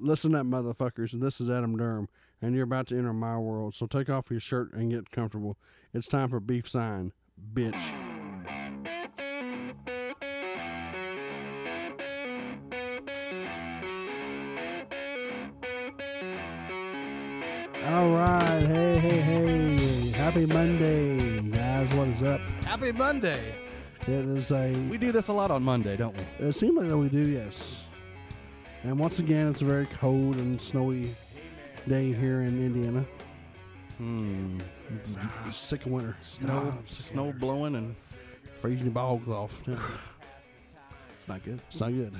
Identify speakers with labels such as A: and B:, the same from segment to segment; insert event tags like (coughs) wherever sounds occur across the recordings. A: Listen up, motherfuckers. This is Adam Durham, and you're about to enter my world. So take off your shirt and get comfortable. It's time for beef sign, bitch. All right, hey, hey, hey! Happy Monday, guys. What is up?
B: Happy Monday.
A: It is a.
B: We do this a lot on Monday, don't we?
A: It seems like we do, yes. And once again, it's a very cold and snowy day here in Indiana.
B: Hmm. It's
A: Ah, sick of winter.
B: Snow,
A: Ah, sick of
B: snow blowing, and
A: winter. freezing your balls off. Yeah,
B: it's not good.
A: it's not good,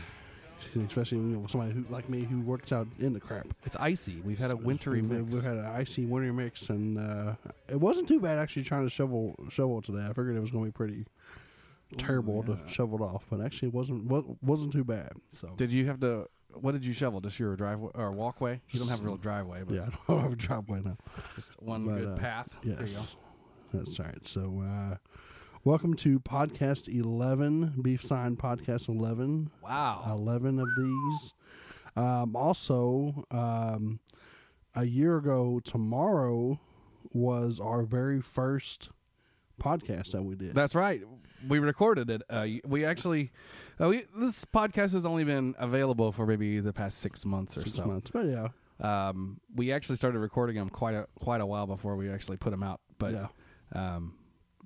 A: especially when you know, somebody who like me who works out in the crap.
B: It's icy. We've had a wintry
A: We-
B: mix.
A: We had an icy winter mix, and uh, it wasn't too bad actually trying to shovel shovel today. I figured it was going to be pretty terrible
B: Oh, yeah.
A: to shovel it off, but actually it wasn't wa- wasn't too bad. So
B: Did you have to? What did you shovel? Just your driveway or walkway? You don't have a real driveway, but
A: yeah, (laughs) I don't have a driveway now.
B: just one
A: But,
B: good
A: uh,
B: path. There you go.
A: Yes. That's right. So, uh, welcome to podcast 11, Beef Sign Podcast 11.
B: Wow.
A: 11 of these. Um, also, um, a year ago tomorrow was our very first podcast that we did.
B: That's right. We recorded it. Uh, we actually, uh, we, this podcast has only been available for maybe the past six months or
A: Six
B: so.
A: months. But yeah,
B: Um, we actually started recording them quite a quite a while before we actually put them out. But
A: Yeah.
B: um,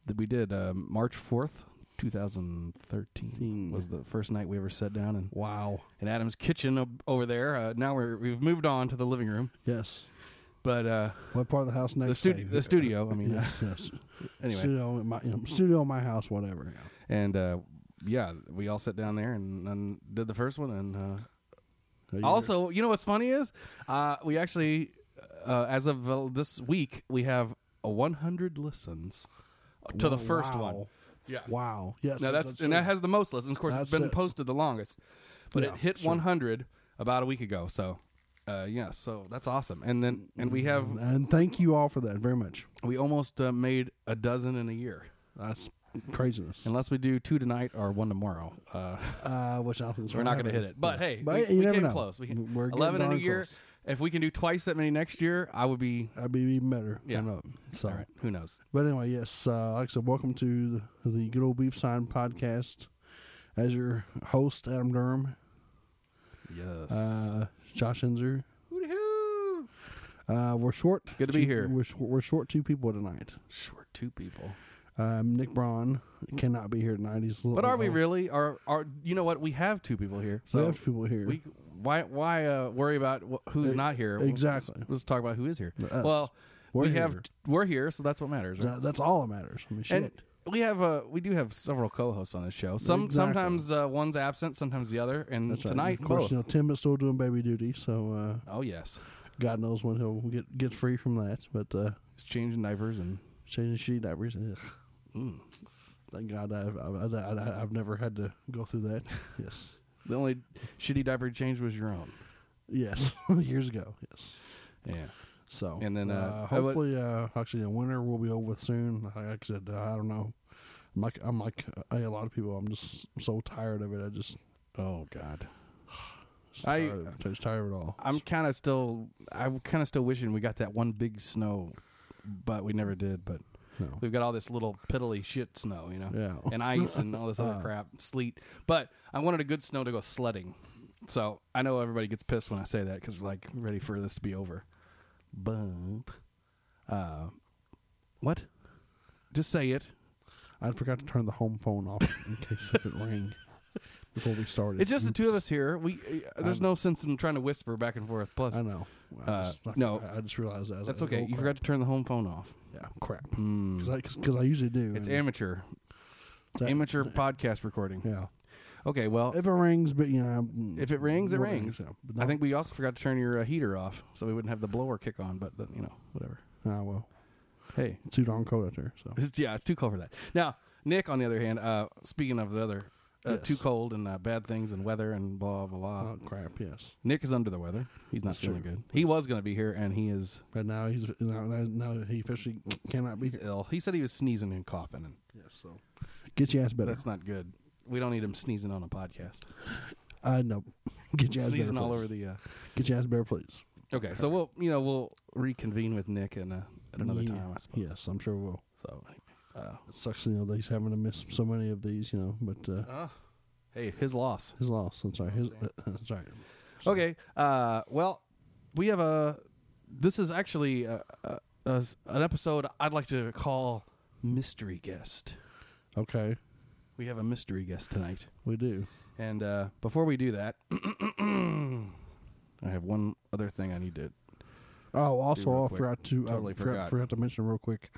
B: th- we did um, March fourth, two thousand thirteen was the first night we ever sat down in,
A: wow.
B: in Adam's kitchen o- over there. Uh, now we're we've moved on to the living room,
A: Yes.
B: but uh,
A: What part of the house next?
B: the studio
A: Dave?
B: the studio. I mean, uh,
A: Yes, yes.
B: anyway,
A: Studio in my you know, studio in my house, whatever.
B: and uh, yeah, we all sat down there and, and did the first one and. Uh,
A: Yeah.
B: Also, you know what's funny is uh, we actually, uh, as of uh, this week, we have a 100 listens
A: Oh,
B: to the
A: Wow.
B: first one. Yeah.
A: Wow. Yes.
B: Now that's and that has the most listens. Of course,
A: That's
B: it's been
A: it.
B: posted the longest, but
A: Yeah,
B: it hit
A: sure.
B: 100 about a week ago. So, uh, yeah, so that's awesome. And then and we have
A: And thank you all for that very much.
B: we almost uh, made a dozen in a year,
A: That's craziness.
B: unless we do two tonight or one tomorrow. Uh,
A: Uh, which I don't think is
B: We're
A: gonna
B: not going to hit
A: happen.
B: it. But hey,
A: But you
B: we, we
A: never
B: came
A: know.
B: close. We can,
A: We're getting
B: 11 in a
A: darn
B: year.
A: close.
B: If we can do twice that many next year, I would be.
A: I'd be even better.
B: Yeah.
A: Yeah. Know. So,
B: All right. Who knows?
A: but anyway, yes. Uh, like I said, welcome to the, the good old beef sign podcast. As your host, Adam Durham,
B: Yes.
A: uh, Josh Enzer. Uh, we're short.
B: Good to be
A: two-
B: here.
A: We're, sh- we're short two people tonight.
B: Short two people.
A: Um, Nick Braun cannot be here tonight. He's a little
B: But are we
A: ill.
B: really? Are are you know what? We have two people here. So
A: we have people here.
B: we- why why uh, worry about wh- who's
A: E-
B: not here?
A: exactly.
B: Let's, let's talk about who is here.
A: Us.
B: Well,
A: We're
B: we have
A: here.
B: we're here, so that's what matters. Right?
A: That- that's all that matters. I mean, shit.
B: And we have uh we do have several co-hosts on this show. Some
A: Exactly.
B: sometimes uh, one's absent, sometimes the other, and
A: That's right.
B: Mm, tonight
A: of course,
B: both.
A: you know Tim is still doing baby duty, so uh,
B: Oh yes,
A: God knows when he'll get get free from that. But uh,
B: it's changing diapers and
A: changing sheet diapers. Ugh. Thank God I've, I've, I've- I've never had to go through
B: (laughs)
A: that. Yes.
B: the only shitty diaper you changed was your own.
A: Yes. (laughs) Years ago. Yes.
B: Yeah,
A: So.
B: And then, uh, I would-
A: hopefully, uh, actually, the winter will be over soon. Like I said, uh, I don't know. I'm like, I'm like uh, a lot of people, I'm just so tired of it. I just,
B: Oh God,
A: just
B: I-
A: tired, of it. just tired of it all.
B: I'm kind of still, I'm kind of still wishing we got that one big snow, but we never did. But
A: No.
B: we've got all this little piddly shit snow, you know,
A: Yeah. (laughs)
B: and ice and all this other
A: Uh.
B: crap, sleet. But I wanted a good snow to go sledding. So I know everybody gets pissed when I say that because we're like ready for this to be over. But, uh, what? Just say it.
A: I forgot to turn the home phone off in case if it rang before we started. Mm,
B: It's just the two of us here. We uh, there's
A: I'm-
B: no sense in trying to whisper back and forth. Plus,
A: I know. I
B: Uh,
A: just- I-
B: no.
A: I, I just realized that. I was
B: that's
A: like,
B: okay.
A: oh,
B: You
A: crap.
B: forgot to turn the home phone off.
A: Yeah, crap.
B: Hmm.
A: Because I, usually do.
B: It's
A: and-
B: amateur.
A: That-
B: amateur podcast recording.
A: Yeah.
B: Okay, well, if,
A: If it rings, but you know, I'm-
B: it rings, it
A: we'll
B: rings.
A: yeah. But
B: I
A: no-
B: think we also forgot to turn your uh, heater off, so we wouldn't have the blower kick on. But the, you know, whatever.
A: Ah, well,
B: Hey,
A: it's too darn cold out there. So
B: it's, yeah, it's too cold for that. Now, Nick, on the other hand, uh, speaking of the other, uh,
A: Yes.
B: too cold and uh, bad things and weather and blah blah blah.
A: oh crap, yes.
B: Nick is under the weather. He's not
A: That's
B: feeling
A: true.
B: good. He was going to be here, and he is
A: But now he's now, now- now he officially cannot be.
B: he's
A: Here.
B: ill. He said he was sneezing and coughing, and
A: Yes, so get your ass better. (laughs)
B: that's not good. We don't need him sneezing on a podcast.
A: Uh, no. (laughs) Get your ass
B: Sneezing
A: better,
B: all
A: please.
B: over the. Uh,
A: Get your ass better, please.
B: okay, so we'll you know we'll reconvene with Nick and uh, at another
A: Yeah.
B: time, I suppose.
A: Yes, I'm sure we'll.
B: So, uh,
A: It sucks, you know, that he's having to miss so many of these, you know, but uh,
B: hey, his loss.
A: his loss. I'm sorry. His, I'm sorry.
B: Okay. Uh, well, we have a. This is actually uh uh uh an episode I'd like to call mystery guest.
A: Okay.
B: We have a mystery guest tonight,
A: We do.
B: and uh, before we do that, (clears throat) I have one other thing I need to.
A: Oh, also,
B: real
A: I
B: quick.
A: forgot to uh,
B: Totally
A: forgot.
B: forgot.
A: forgot to mention real quick.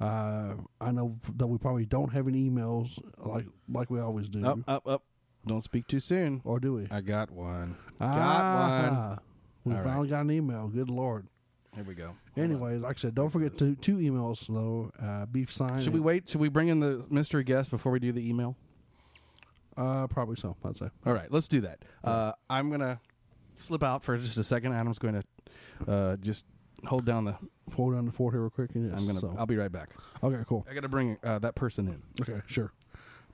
A: Uh, I know that we probably don't have any emails like like we always do,
B: Up, up, up! Don't speak too soon.
A: or do we?
B: I got one. Got one.
A: Ah, We
B: All right.
A: finally got an email. Good lord.
B: Here we go. Hold on.
A: Anyway, like I said, don't forget to two emails though. Uh, beef sign.
B: should we
A: and-
B: wait? Should we bring in the mystery guest before we do the email?
A: Uh, probably so. I'd say.
B: All right, let's do that. Uh, I'm gonna slip out for just a second. Adam's going to uh, just hold down the.
A: Hold on the fort here real quick. And yes,
B: I'm gonna.
A: so-
B: I'll be right back.
A: Okay, cool.
B: I got to bring uh, that person in.
A: Okay, sure.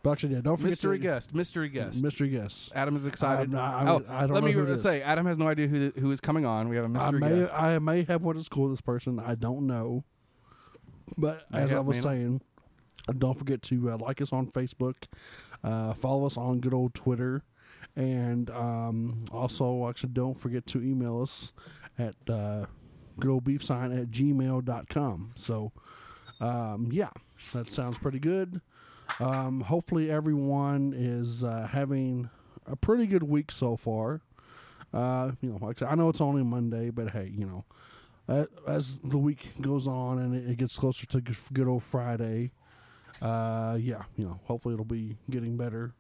A: But actually, yeah, don't forget
B: Mystery
A: to,
B: guest. Mystery guest.
A: Mystery guest.
B: Adam is excited.
A: I'm not- I-
B: oh,
A: I don't
B: let
A: know
B: me
A: who it is.
B: say, Adam has no idea who who is coming on. We have a
A: I
B: mystery
A: may
B: guest.
A: I may have what is cool this person. I don't know. But
B: May
A: as I
B: have,
A: was
B: may not.
A: saying, don't forget to uh, like us on Facebook, uh, follow us on good old Twitter, and um, also actually don't forget to email us at uh, good old beef sign at gmail.com. So um, yeah, that sounds pretty good. Um, hopefully everyone is uh, having a pretty good week so far. Uh, you know, like I, said, I know it's only Monday, but hey, you know, a- as the week goes on and it, it gets closer to good, good old Friday, uh, yeah, you know, hopefully it'll be getting better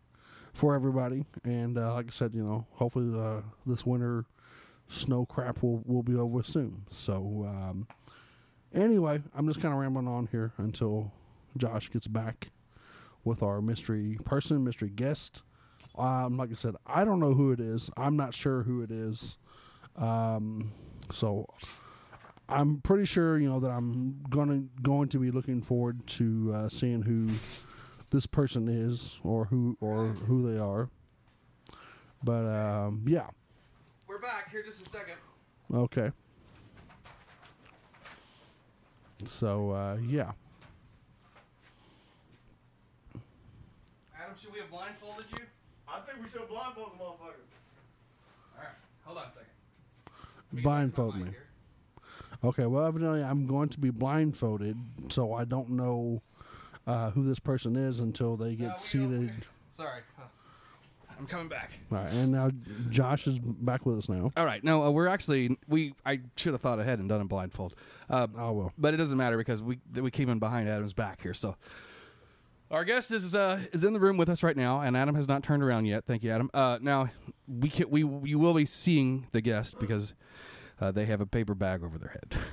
A: for everybody. And uh, like I said, you know, hopefully uh, this winter snow crap will will be over soon. So um, anyway, I'm just kind of rambling on here until Josh gets back with our mystery person, mystery guest. Um, like I said, I don't know who it is. I'm not sure who it is. Um, so I'm pretty sure you know that I'm gonna going to be looking forward to uh, seeing who this person is or who or who they are. But um, yeah,
B: We're back here just a second.
A: okay. So uh, yeah,
B: Adam, should we have blindfolded you?
C: I think we should have blindfolded the motherfucker.
B: All right, hold on a second.
A: blindfold me.
B: Uh,
A: Okay, well, evidently I'm going to be blindfolded, so I don't know uh, who this person is until they get seated.
B: Sorry, I'm coming back.
A: All right, and now Josh is back with us now.
B: All right, no, uh, we're actually we. I should have thought ahead and done a blindfold. Uh,
A: Oh well,
B: but it doesn't matter because we we came in behind Adam's back here. So our guest is uh, is in the room with us right now, and Adam has not turned around yet. Thank you, Adam. Uh, now we can, we you will be seeing the guest because uh, they have a paper bag over their head. (laughs)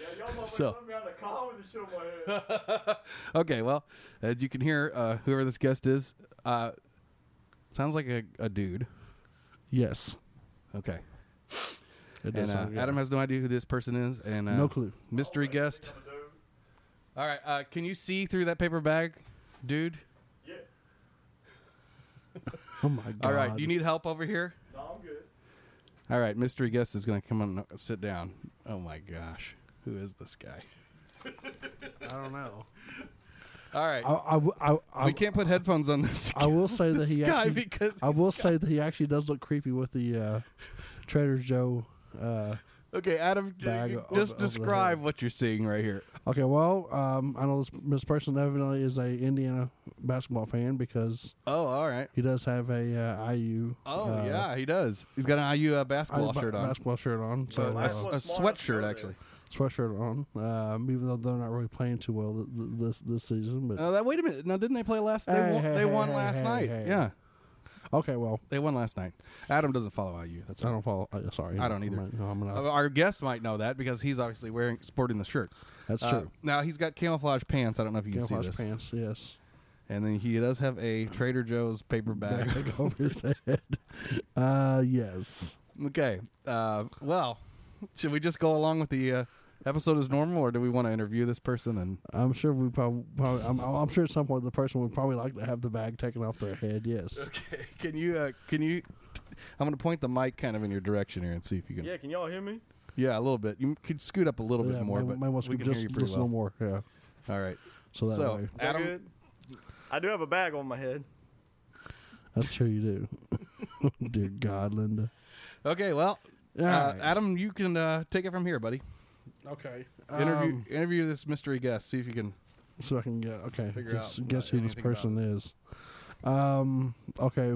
C: Yeah, y'all motherfuckers
B: So-
C: coming around the car with the shit on my head.
B: okay, well, as you can hear, uh, whoever this guest is, uh, sounds like a, a dude.
A: yes,
B: Okay,
A: it
B: and uh,
A: sound good.
B: Adam has no idea who this person is, and uh,
A: No clue.
B: (laughs) Mystery guest.
C: Dude.
B: All right, uh, can you see through that paper bag, dude?
C: Yeah.
A: (laughs) Oh my god!
B: All right, you need help over here.
C: No, I'm good.
B: All right, mystery guest is going to come on and sit down. Oh my gosh, who is this guy?
A: I don't know.
B: All right,
A: I, I, w- I- I-
B: we can't put headphones on this,
A: I will
B: (laughs)
A: say that
B: this
A: he
B: guy
A: actually.
B: because
A: I
B: he's
A: will
B: got-
A: say that he actually does look creepy with the uh, Trader Joe. Uh,
B: Okay, Adam, j-
A: Bag
B: just
A: over- over the
B: describe what you're seeing right here.
A: okay, well, um, I know this, this person evidently is a Indiana basketball fan because
B: Oh, all right.
A: he does have a uh, IU.
B: Oh
A: uh,
B: yeah, he does. He's got an IU uh,
A: I-
B: basketball
A: ba-
B: shirt on,
A: Basketball shirt on. So
B: a,
C: Uh,
A: uh,
C: That's
B: a
C: what's smart,
B: sweatshirt
C: though,
B: actually.
A: sweatshirt on. Um, even though they're not really playing too well th- th- this this season, but
B: Uh, that, wait a minute. Now, didn't they play last? They
A: Hey,
B: won,
A: hey,
B: they
A: hey,
B: won
A: hey,
B: last
A: hey,
B: night.
A: hey.
B: Yeah, Uh,
A: okay, well,
B: they won last night. Adam doesn't follow IU. That's
A: I
B: all.
A: don't follow. Uh, sorry,
B: I don't either.
A: I'm not- no, I'm not-
B: Uh, Our guest might know that because he's obviously wearing sporting the shirt.
A: that's
B: Uh,
A: true.
B: now he's got camouflage pants. I don't know if you can see
A: Camouflage
B: this.
A: pants, yes.
B: And then he does have a Trader Joe's paper bag. (laughs)
A: Back over his head. Uh, yes.
B: okay. Uh, well, should we just go along with the uh, episode as normal, or do we want to interview this
A: (laughs)
B: person? And (laughs)
A: I'm sure we probably, probably I'm, I'm sure at some point the person would probably like to have the bag taken off their head.
B: (laughs)
A: Yes.
B: okay, can you uh, can you? I'm gonna point the mic kind of in your direction here and see if you can.
C: Yeah, can y'all hear me?
B: Yeah, a little bit. You could scoot up a little
A: Yeah,
B: bit more,
A: may-
B: but
A: may want
B: we
A: to
B: can
A: just,
B: hear you pretty
A: just a
B: well.
A: little more. Yeah.
B: All right.
A: So that
B: So
A: way.
C: Is that
B: Adam,
C: good? I do have a bag on my head.
A: I'm sure you do. (laughs) Dear God, Linda.
B: okay, well, uh,
A: Alright.
B: Adam, you can uh, take it from here, buddy.
A: Okay.
B: Interview
A: Um,
B: interview this mystery guest. See if you can.
A: so I can get okay.
B: Figure
A: Guess,
B: out,
A: guess
B: uh,
A: who this
B: anything about
A: person is. Um.
B: (laughs)
A: Okay.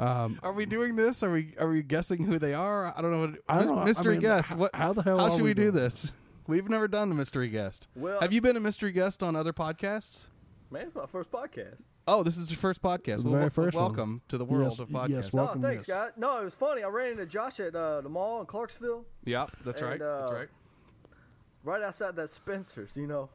A: Um.
B: Are we doing this? Are we are we guessing who they are? I don't know. What,
A: I don't
B: Mys-
A: know. I
B: Mystery
A: mean,
B: guest.
A: h-
B: What?
A: how the hell
B: How
A: are
B: should
A: we
B: we do
A: doing-
B: this? We've never done a mystery guest.
D: Well-
B: have you been a mystery guest on other podcasts?
D: Man, it's my first podcast.
B: Oh, this is your first podcast.
A: The
B: Well,
A: very
B: wel-
A: first one.
B: welcome to the world
A: Yes,
B: of
A: y-
B: podcasts.
A: yes,
D: No,
A: Welcome,
D: thanks,
A: yes.
D: guys. No, it was funny. I ran into Josh at uh, the mall in Clarksville,
B: Yep, that's
D: And,
B: right. that's
D: uh,
B: right.
D: right outside that Spencer's. You know,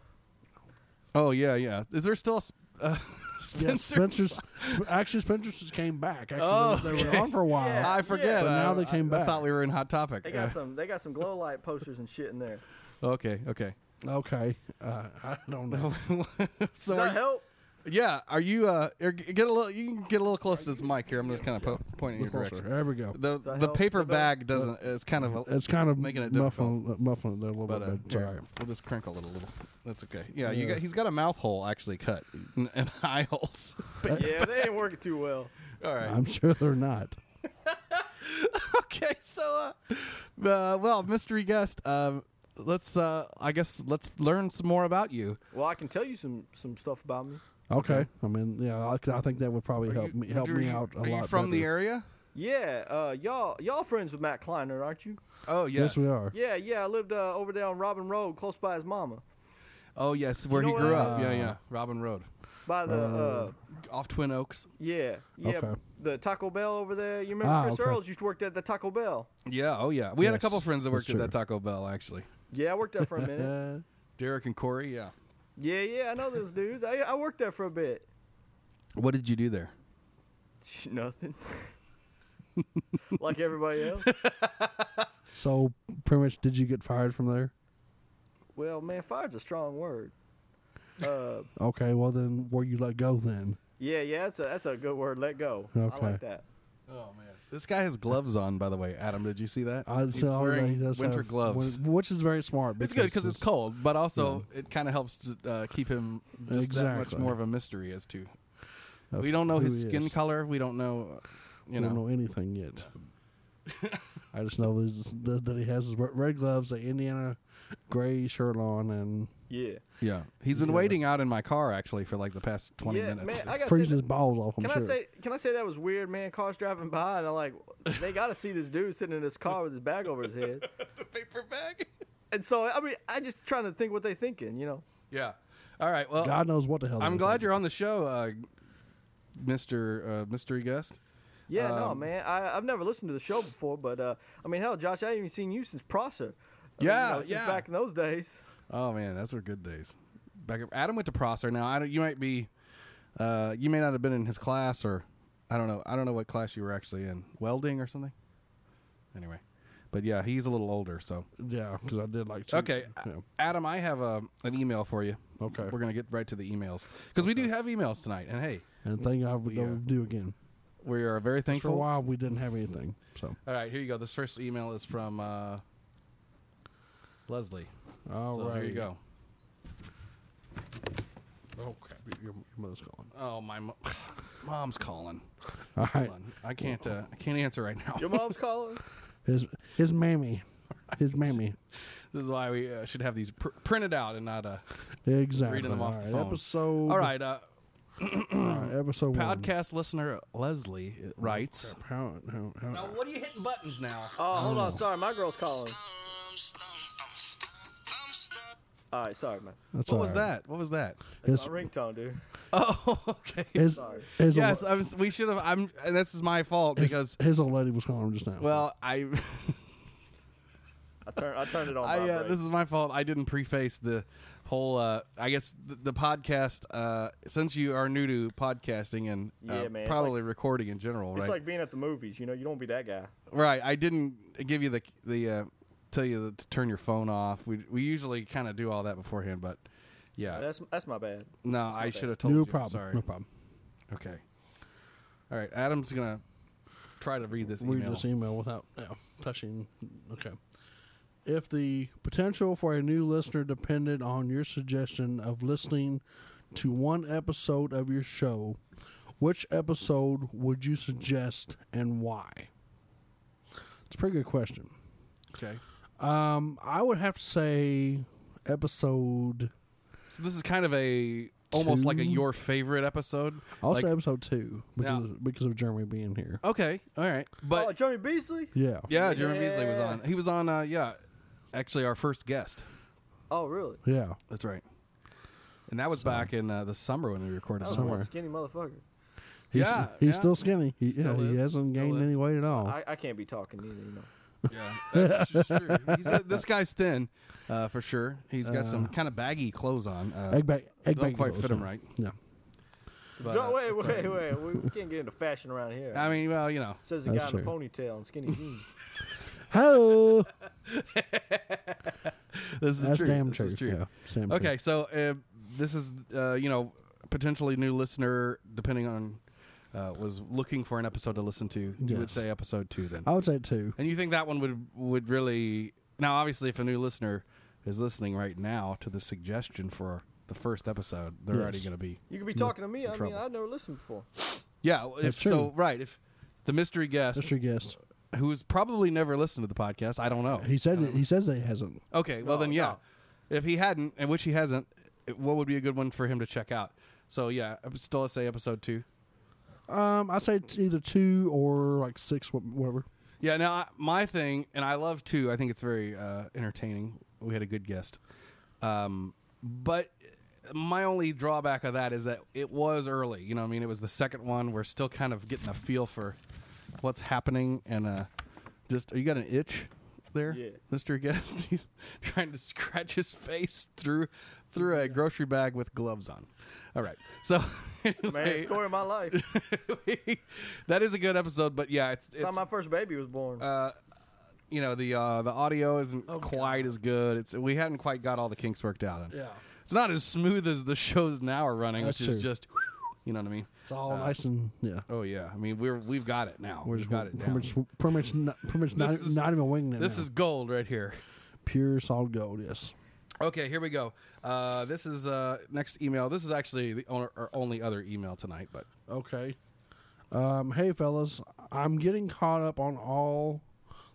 B: Oh yeah, yeah. Is there still a s- uh, (laughs) Spencer's?
A: Yeah, Spencer's
B: (laughs)
A: Sp- actually Spencer's came back. Actually,
B: Oh,
A: they, they were on for a
B: (laughs)
A: while.
D: Yeah.
B: I forget.
A: But now
B: I-
A: they came
B: I, I
A: back.
B: thought we were in Hot Topic.
D: they got
B: Uh,
D: some. They got some glow light posters and shit in there.
B: okay, okay. (laughs)
A: Okay. Uh, I don't know.
B: so
D: Does
B: are
D: that
B: you-
D: help?
B: yeah, are you? Uh, er, g- get a little. You can get a little closer to this mic here. I'm just kind of po- pointing in your
A: Look closer.
B: direction.
A: There we go.
B: The
D: that
B: the
D: help?
B: paper
D: Is that
B: bag doesn't. It's kind of. A,
A: It's kind of
B: making it
A: muffling, uh, muffling it a little
B: but
A: bit.
B: uh,
A: but
B: here,
A: Sorry.
B: we'll just crinkle it a little. That's okay. Yeah, you
A: Yeah.
B: got. He's got a mouth hole actually cut and, and (laughs) eye holes.
D: Yeah, they ain't working too well.
B: All right.
A: I'm (laughs) sure they're not.
B: (laughs) okay so uh, uh well mystery guest um let's uh i guess let's learn some more about you
D: Well, I can tell you some some stuff about me.
A: Okay. I mean, yeah, I, could- I think that would probably help
B: You-
A: me help
B: are
A: me
B: you-
A: out a
B: are
A: lot.
B: you from the
A: better.
B: area
D: Yeah, uh, y'all y'all friends with Matt Kleiner, aren't you?
B: oh yes,
A: Yes, we are.
D: Yeah, yeah. I lived uh, over there on Robin Road, close by his mama,
B: oh yes where
D: You
B: he
D: know
B: grew
D: what?
B: up yeah
A: Ah.
B: yeah robin road
D: by the uh,
B: off twin oaks
D: yeah yeah
A: Oh. Okay.
D: the Taco Bell over there. You remember
A: Ah,
D: Chris
A: okay.
D: Earls used to work at the Taco Bell.
B: yeah oh yeah we had a
A: Yes,
B: couple friends that
A: that's
B: worked at that
A: true.
B: taco bell actually
D: Yeah, I worked there for a
A: (laughs)
D: minute.
A: Uh,
B: derek and corey yeah
D: Yeah, yeah, I know those dudes. I, I worked there for a bit. (laughs)
B: what did you do there
D: Nothing. (laughs) like everybody else.
A: so, pretty much, did you get fired from there?
D: Well, man, fired's a strong word. Uh,
A: Okay. Well, then, were you let go then?
D: yeah, yeah, that's a that's a good word. Let go. I
A: Okay.
D: like that.
B: oh man this guy has gloves on by the way adam did you see that
A: I
B: he's
A: so I was like,
B: wearing
A: he does
B: winter
A: have-
B: gloves
A: win- which is very smart.
B: It's good because it's cold, but also it kind of helps to uh, keep him just that much
A: Exactly.
B: more of a mystery as to.
A: Of
B: We don't know
A: who
B: his
A: he
B: skin
A: is.
B: color. We don't know, uh, you
A: I
B: know.
A: don't know anything yet.
B: (laughs)
A: I just know this- that that he has his re- red gloves, the Indiana gray shirt on, and
D: Yeah.
B: Yeah, he's been
A: Yeah.
B: waiting out in my car actually for like the past twenty
D: yeah,
B: minutes.
D: man, I gotta
A: freezing
D: say
A: his balls off. I'm
D: can
A: sure.
D: I say can I say that was weird, man? Cars driving by and I'm like they gotta see this dude sitting in this car with his bag over
B: (laughs)
D: his head.
B: the paper bag. (laughs)
D: And so I mean I just trying to think what they thinking, you know.
B: yeah. All right. Well,
A: God knows what the hell.
B: Oh. I'm glad you're on the show, uh, Mister uh, Mystery Guest.
D: Yeah, no,
B: Um,
D: man. I, I've never listened to the show before, but uh, I mean, hell, Josh, I haven't even seen you since Prosser. I mean, you
B: Yeah,
D: know, since
B: yeah.
D: Back in those days.
B: Oh man, those were good days. Back Adam went to Prosser. Now I don't, you might be, uh, you may not have been in his class, or I don't know. I don't know what class you were actually in, welding or something. Anyway, but yeah, he's a little older. So
A: Yeah, because I did like. To,
B: okay,
A: Yeah.
B: Adam, I have a, an email for you.
A: Okay.
B: we're gonna get right to the emails because we do have emails tonight. And hey,
A: And thank God we
B: Yeah.
A: don't do again.
B: we are very
A: For a
B: thankful. All
A: while, we didn't have anything. So,
B: right, here you go. This first email is from uh, Leslie.
A: all right.
B: so there you go.
A: Oh crap! Your, your mother's calling.
B: Oh my, mo- (sighs) mom's calling.
A: All right.
B: Hold on. I can't. Uh, I can't answer right now.
D: Your mom's calling.
A: His his mammy, his mammy.
B: (laughs) This is why we uh, should have these pr- printed out and not. Uh,
A: Exactly.
B: them off
A: All
B: the
A: right,
B: phone.
A: Episode.
B: all right, uh,
A: all right, episode one.
B: podcast listener Leslie uh, writes.
A: How, how, how,
B: what are you hitting buttons now?
D: (laughs) Oh, hold on. Sorry, my girl's calling. All right, sorry, man.
A: that's
B: what
A: all
B: was
A: right.
B: that? What was that?
D: That's
A: His-
D: my ringtone, dude.
B: (laughs) Oh, okay.
A: His,
D: Sorry.
A: his
B: Yes,
A: old,
B: I was, we should have. I'm. And this is my fault
A: his-
B: because.
A: his old lady was calling just now.
B: Well, I,
D: I turned I turned it on.
B: I uh,
D: vibrate.
B: this is my fault. I didn't preface the whole. Uh, I guess the, the podcast. Uh, since you are new to podcasting and uh,
D: Yeah, man, it's
B: probably recording in general,
D: it's
B: right?
D: like being at the movies. You know, you don't be that guy.
B: Right. I didn't give you the the uh, tell you to turn your phone off. We we usually kind of do all that beforehand, but yeah,
C: That's that's my bad.
B: no, I should have told
A: no
B: you.
A: problem.
B: Sorry.
A: No problem.
B: Okay. All right. Adam's gonna try to read this
A: read
B: email.
A: this e- email without yeah, touching. Okay. If the potential for a new listener depended on your suggestion of listening to one episode of your show, which episode would you suggest and why? It's a pretty good question.
B: Okay.
A: Um, I would have to say episode.
B: So this is kind of a almost like a
A: Two.
B: your favorite episode.
A: I'll
B: Like-
A: say episode two because
B: Yeah.
A: of, because of Jeremy being here.
B: Okay. All right. But
D: oh, Jeremy Beasley.
A: Yeah.
B: yeah, Jeremy Beasley was
D: Yeah.
B: on. He was on. Uh, yeah, actually, our first guest.
D: Oh, really?
A: Yeah.
B: That's right. And that was back in uh, the summer when we recorded.
D: That was a
B: that.
A: Somewhere.
D: little skinny motherfucker.
A: Oh. He's,
B: Yeah,
A: he's
B: yeah.
A: still skinny. He,
B: Still
A: yeah,
B: is,
A: he hasn't
B: still
A: gained
B: is.
A: any weight at all.
D: I, I can't be talking either. You know.
B: Yeah, (laughs) that's just true. He's a, this guy's thin, uh, for sure. He's got some kind of Uh. baggy clothes on. Uh,
A: egg bag. Egg
B: don't
A: bag
B: quite
A: rolls,
B: fit him
A: yeah.
B: right.
A: Yeah.
B: But,
D: Don't-
B: uh,
D: wait,
B: it's all
D: wait,
B: right.
D: wait. We, we can't get into fashion around here.
B: I mean, well, you know,
D: Says the guy
A: That's
D: in the
A: true.
D: ponytail and skinny jeans.
B: (laughs)
A: Hello.
B: this is
A: That's
B: true.
A: damn
B: This
A: true.
B: is true.
A: Yeah, it's damn true.
B: Okay, so uh, this is uh, you know potentially new listener, depending on uh, was looking for an episode to listen to. You would
A: Yes.
B: say episode two then,
A: I would say two.
B: and you think that one would would really now obviously if a new listener is listening right now to the suggestion for the first episode, they're
A: Yes.
B: already going to be (laughs)
D: You could be talking to me. I mean,
B: trouble.
D: I've never
B: (laughs)
D: listened before.
B: yeah. well, If,
A: That's true.
B: so right if. The mystery guest,
A: That's your guess.
B: who's probably never listened to the podcast, I don't know.
A: He said he says that he hasn't.
B: Okay, well
D: No,
B: then, yeah.
D: no.
B: If he hadn't, and which he hasn't, it- what would be a good one for him to check out? So yeah, I would still say episode two.
A: Um, I say it's either two or like six, wha- whatever.
B: Yeah. Now I, my thing, and I love two. I think it's very uh, entertaining. We had a good guest, um, but my only drawback of that is that it was early. You know, what I mean, it was the second one. We're still kind of getting a feel for what's happening, and uh, just you got an itch there,
D: Yeah.
B: Mister Guest. (laughs) He's trying to scratch his face through through a grocery bag with gloves on. All right, so. (laughs)
D: Man,
B: anyway, (laughs)
D: story of my life. It's
B: that is a good episode, but yeah, it's it's Uh,
D: how my first baby was born.
B: you know the uh, the audio isn't quite as good. It's we hadn't quite got all the kinks worked out. on it.
A: Yeah.
B: it's not as smooth as the (laughs) shows now are running,
A: That's
B: which is
A: true.
B: just you know what I mean.
A: It's all nice and yeah.
B: Oh yeah, I mean we're we've got it now.
A: We're
B: we've
A: just
B: got it
A: pretty
B: now.
A: much, pretty much, not, pretty much not,
B: is-
A: not even winging it.
B: This
A: now.
B: is gold right here.
A: pure solid gold. Yes.
B: Okay, here we go. Uh, this is uh, next email. This is actually the on- our only other email tonight, but
A: Okay. Um, hey, fellas, I'm getting caught up on all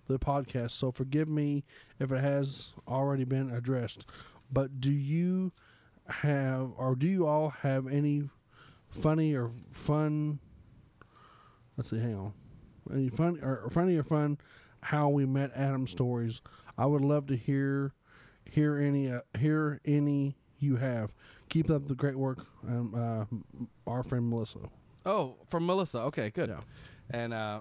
A: the podcasts, so forgive me if it has already been addressed. But do you have, or do you all have any funny or fun? Let's see, hang on. Any fun or or funny or fun? How we met Adam stories. I would love to hear hear any uh, hear any you have. Keep up the great work, um, uh, our friend Melissa.
B: oh, from Melissa. Okay, good.
A: Yeah.
B: And uh,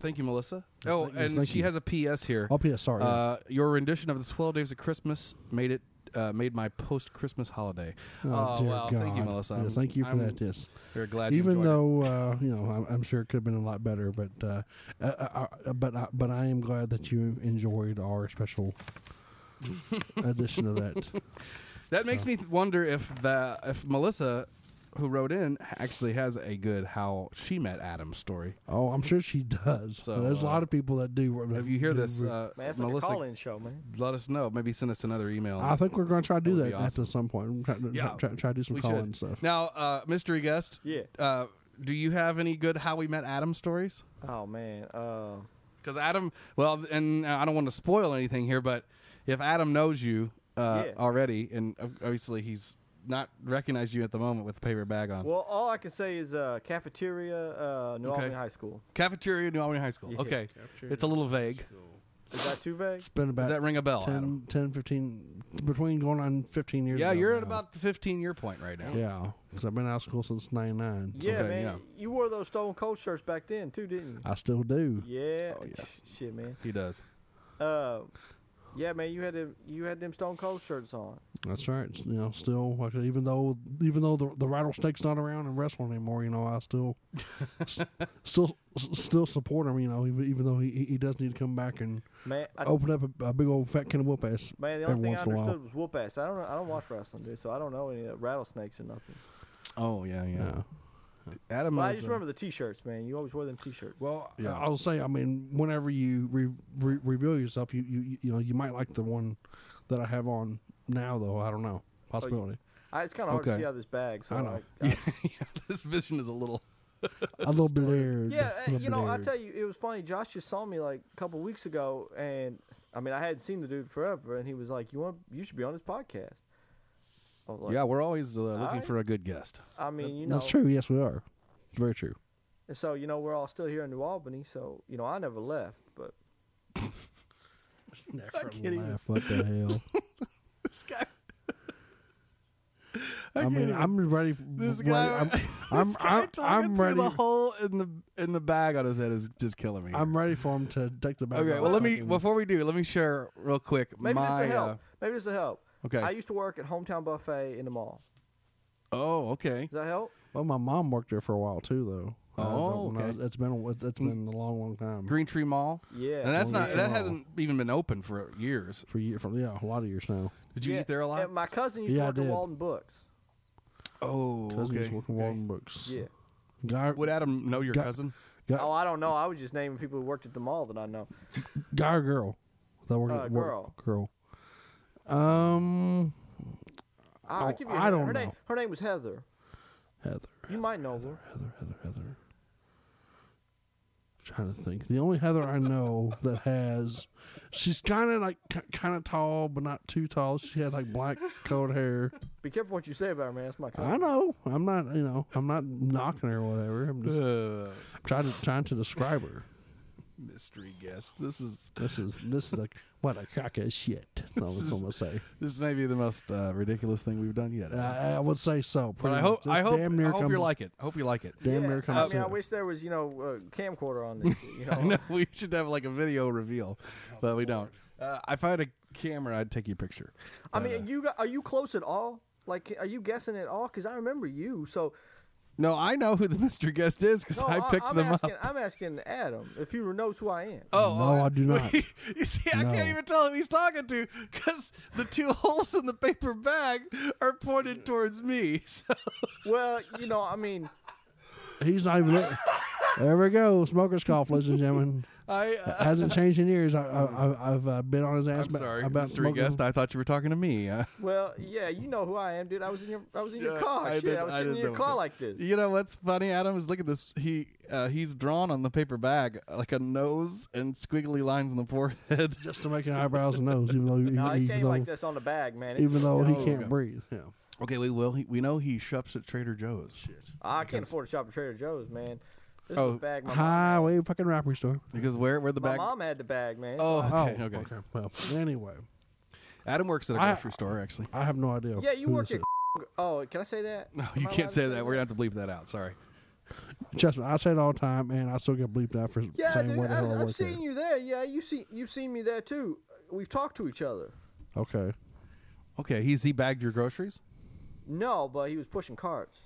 B: thank you, Melissa. Oh,
A: thank you,
B: and
A: thank
B: she
A: you.
B: has a PS here.
A: Oh, P.S. Sorry.
B: Uh, your rendition of the Twelve Days of Christmas made it uh, made my post Christmas holiday.
A: Oh, dear
B: well,
A: God.
B: thank you, Melissa.
A: Yes,
B: I'm-
A: thank you for
B: I'm
A: that. Yes.
B: Very glad. you
A: Even
B: enjoyed it.
A: though uh, you know, I'm, I'm sure it could have been a lot better, but uh, uh, uh, uh, but I, but I am glad that you enjoyed our
B: (laughs)
A: special edition of that.
B: that
A: Oh.
B: makes me th- wonder if the if Melissa, who wrote in, actually has a good how she met Adam story.
A: Oh, I'm sure she does.
B: So,
A: There's a
B: uh,
A: lot of people that do.
B: If you hear
A: do-
B: this, uh,
D: man, that's like a
B: Melissa,
D: call-in show, man.
B: let us know. Maybe send us another email.
A: I think we're going to try to do
B: would
A: that
B: be awesome.
A: at some point. We're trying to
B: Yeah,
A: try, try to do some
B: we
A: call-in
B: should.
A: stuff.
B: Now, uh, mystery guest.
D: Yeah.
B: Uh, do you have any good how we met Adam stories?
D: Oh man. Uh,
B: Because Adam, well, and uh, I don't want to spoil anything here, but if Adam knows you uh,
D: Yeah.
B: already, and ob- obviously he's not recognized you at the moment with the paper bag on,
D: well, all I can say is uh, cafeteria, uh, New
B: Okay.
D: Albany High School.
B: cafeteria, New Albany High School.
D: Yeah.
B: okay, it's a little vague.
D: Is that
B: (laughs)
D: too vague?
A: It's been about
B: Does that ring a bell,
A: 10,
B: Adam?
A: 10, 15, between going on 15 years.
B: Yeah,
A: ago
B: you're at
A: now.
B: about the 15 year point right now.
A: Yeah, because I've been out of school since '99.
D: yeah,
B: okay,
D: man.
B: yeah.
D: You wore those Stone Cold shirts back then too, didn't you?
A: I still do.
D: yeah.
B: Oh, yes.
D: Shit, man.
B: He does.
D: Uh, Yeah, man, you had them, you had them Stone Cold shirts on.
A: That's right. It's, You know, still like I said, even though even though the, the rattlesnake's not around in wrestling anymore, you know, I still s- still s- still support him. You know, even, even though he he- he does need to come back and
D: Man, I,
A: open up a, a big old fat can of whoop ass.
D: man, the only
A: every
D: thing
A: Oh,
D: I
A: once in a while.
D: understood was whoop ass. I don't, know- I don't watch wrestling, dude, so I don't know any of that rattlesnakes or nothing.
B: Oh yeah, yeah.
A: Yeah.
B: Adam.
A: Mm,
D: But I
B: is,
D: just
B: uh,
D: remember the T-shirts, man. You always wore them T-shirts.
A: Well,
B: Yeah.
A: I- I'll say, I mean, whenever you re- re- reveal yourself, you, you you know, you might like the one that I have on now, though. I don't know. Possibility.
D: I, it's kind of hard
B: Okay.
D: to see out of this bag. So
A: I
D: I
A: know. (laughs)
B: yeah, (laughs) yeah, this vision is a little.
A: a little blurred.
D: yeah,
A: a
D: uh,
A: little
D: you know, I
A: blurred.
D: tell you, it was funny. Josh just saw me like a couple weeks ago, and I mean, I hadn't seen the dude forever, and he was like, "You want? You should be on this podcast." I was like,
B: yeah, we're always uh, looking
D: Alright.
B: for a good guest.
D: I mean, you know,
A: That's true. Yes, we are. It's very
D: (laughs)
A: true.
D: And so, you know, we're all still here in New Albany, so, you know, I never left, but
A: Never
B: can't even-
A: laugh. What the
D: (laughs)
A: hell?
B: (laughs) This guy.
A: I, mean,
B: can't even-
A: I'm ready. f-
B: This
A: ready-
B: guy.
A: I'm,
B: (laughs) this
A: I'm,
B: guy
A: I'm,
B: talking
A: I'm
B: through
A: ready.
B: The hole in the in the bag on his head is just killing me. here.
A: I'm ready for him to take the.
B: okay. Well, let me. Before we do, let me share real quick
D: maybe
B: my.
D: this will help.
B: uh,
D: maybe this will help.
B: okay.
D: I used to work at Hometown Buffet in the mall.
B: oh, okay.
D: Does that help?
A: well, my mom worked there for a while too, though. I
B: Oh,
A: don't know.
B: okay.
A: It's been a- it's, it's been a long, long time.
B: Green Tree Mall.
D: Yeah.
B: And that's not.
A: Green
B: That
A: Tree
B: hasn't even been open for years.
A: For year, from yeah, a lot of years now.
B: Did you
D: Yeah,
B: eat there a lot?
D: and my cousin used
A: Yeah, I
D: to work at
A: did.
D: Walden Books.
B: oh,
A: Cousins
B: okay.
A: working
B: okay.
A: Walden Books.
D: Yeah.
A: Guy,
B: Would Adam know your
A: Got-
B: cousin?
A: guy,
D: Oh, I don't know. I was just naming people who worked at the mall that I know.
A: guy or girl? That worked
D: Uh,
A: at work- Girl. Um,
D: I,
A: Oh,
D: will give you a
A: I
D: hint.
A: don't
D: her Name,
A: know.
D: her name was Heather.
A: Heather,
D: You might know her.
A: Heather, Heather, Heather. Trying to think. The only Heather I know that has, she's kind of like kind of tall, but not too tall. She has like black colored hair.
D: Be careful what you say about her, man. That's my cousin.
A: I know. I'm not. You know. I'm not knocking her or whatever. I'm
B: (laughs)
A: just
B: Uh,
A: trying to trying to describe her.
B: mystery guest. This is
A: This is this is like what a crack of shit.
B: (laughs)
A: That's what I'm gonna say.
B: this may be the most uh, ridiculous thing we've done yet.
A: I, I would say so.
B: but
A: pretty
B: I
A: much.
B: hope
A: This
B: I hope
A: damn near
B: I hope
A: comes,
B: you like it. I hope you like it.
A: damn
D: Yeah,
A: near comes
D: I mean,
A: to
D: I
A: it.
D: wish there was, you know, a camcorder on this.
A: (laughs)
D: You
B: (laughs)
D: know,
B: I know we should have like a video reveal, but we don't. Uh, if I had a camera, I'd take your picture.
D: I mean, you got, are you close at all? Like, are you guessing at all? Because I remember you. So
B: No, I know who the (laughs) mystery guest is because
D: no,
B: I picked
D: am
B: them
D: asking,
B: up.
D: I'm asking Adam if he knows who I am.
B: Oh,
A: No, I do not.
B: (laughs) you see, I
A: No.
B: can't even tell who he's talking to because the two (laughs) holes in the paper bag are pointed towards me. (laughs) So
D: Well, you know, I mean,
A: He's not even
B: (laughs)
A: there. There we go. Smoker's cough, ladies and gentlemen.
B: I. Uh,
A: Hasn't changed in years. I,
B: (laughs)
A: I, I, I've uh, been on his ass
B: I'm
A: ba-
B: sorry,
A: about
B: mystery
A: smoking.
B: guest. I thought you were talking to me. Uh,
D: well, yeah, you know who I am, dude. I was in your, I was in your
B: Yeah,
D: car.
B: I
D: Shit,
B: did-
D: I was
B: I
D: sitting in
B: did
D: your
B: know
D: car
B: that.
D: like this.
B: You know what's funny, Adam? Is look at this. He uh, he's drawn on the paper bag uh, like a nose and squiggly lines on the forehead.
A: Just to make an eyebrows and nose, even though, even,
D: (laughs) No, it
A: even
D: came
A: though,
D: like this on the bag, man. It-
A: even though
B: Oh,
A: he can't
B: okay.
A: breathe. Yeah.
B: okay, we will. He, we know he shops at Trader Joe's.
D: I can't afford to shop at Trader Joe's, man. This
B: Oh.
D: is the bag my mom.
A: Highway fucking rapper store.
B: Because where where the
D: My
B: bag?
D: mom had the bag, man.
B: Oh, (laughs) okay,
A: oh,
B: okay.
A: Well, anyway,
B: Adam works at a
A: I-
B: grocery store (laughs) actually.
A: I have no idea.
D: yeah, you
A: who
D: worked
A: this
D: at. (laughs) Oh, can I say that?
B: No, you
D: Am I allowed
B: can't
D: to
B: say that. We're gonna have to bleep that out. Sorry.
A: is. Trust me, I say it all the time, and I still get bleeped out for
D: Yeah,
A: saying
D: dude,
A: where the
D: I've,
A: hell I
D: I've
A: work
D: seen you there. Yeah, you see, you've seen me there too. We've talked to each other.
A: at. Okay.
B: Okay, he's he bagged your groceries.
D: No, but he was pushing carts.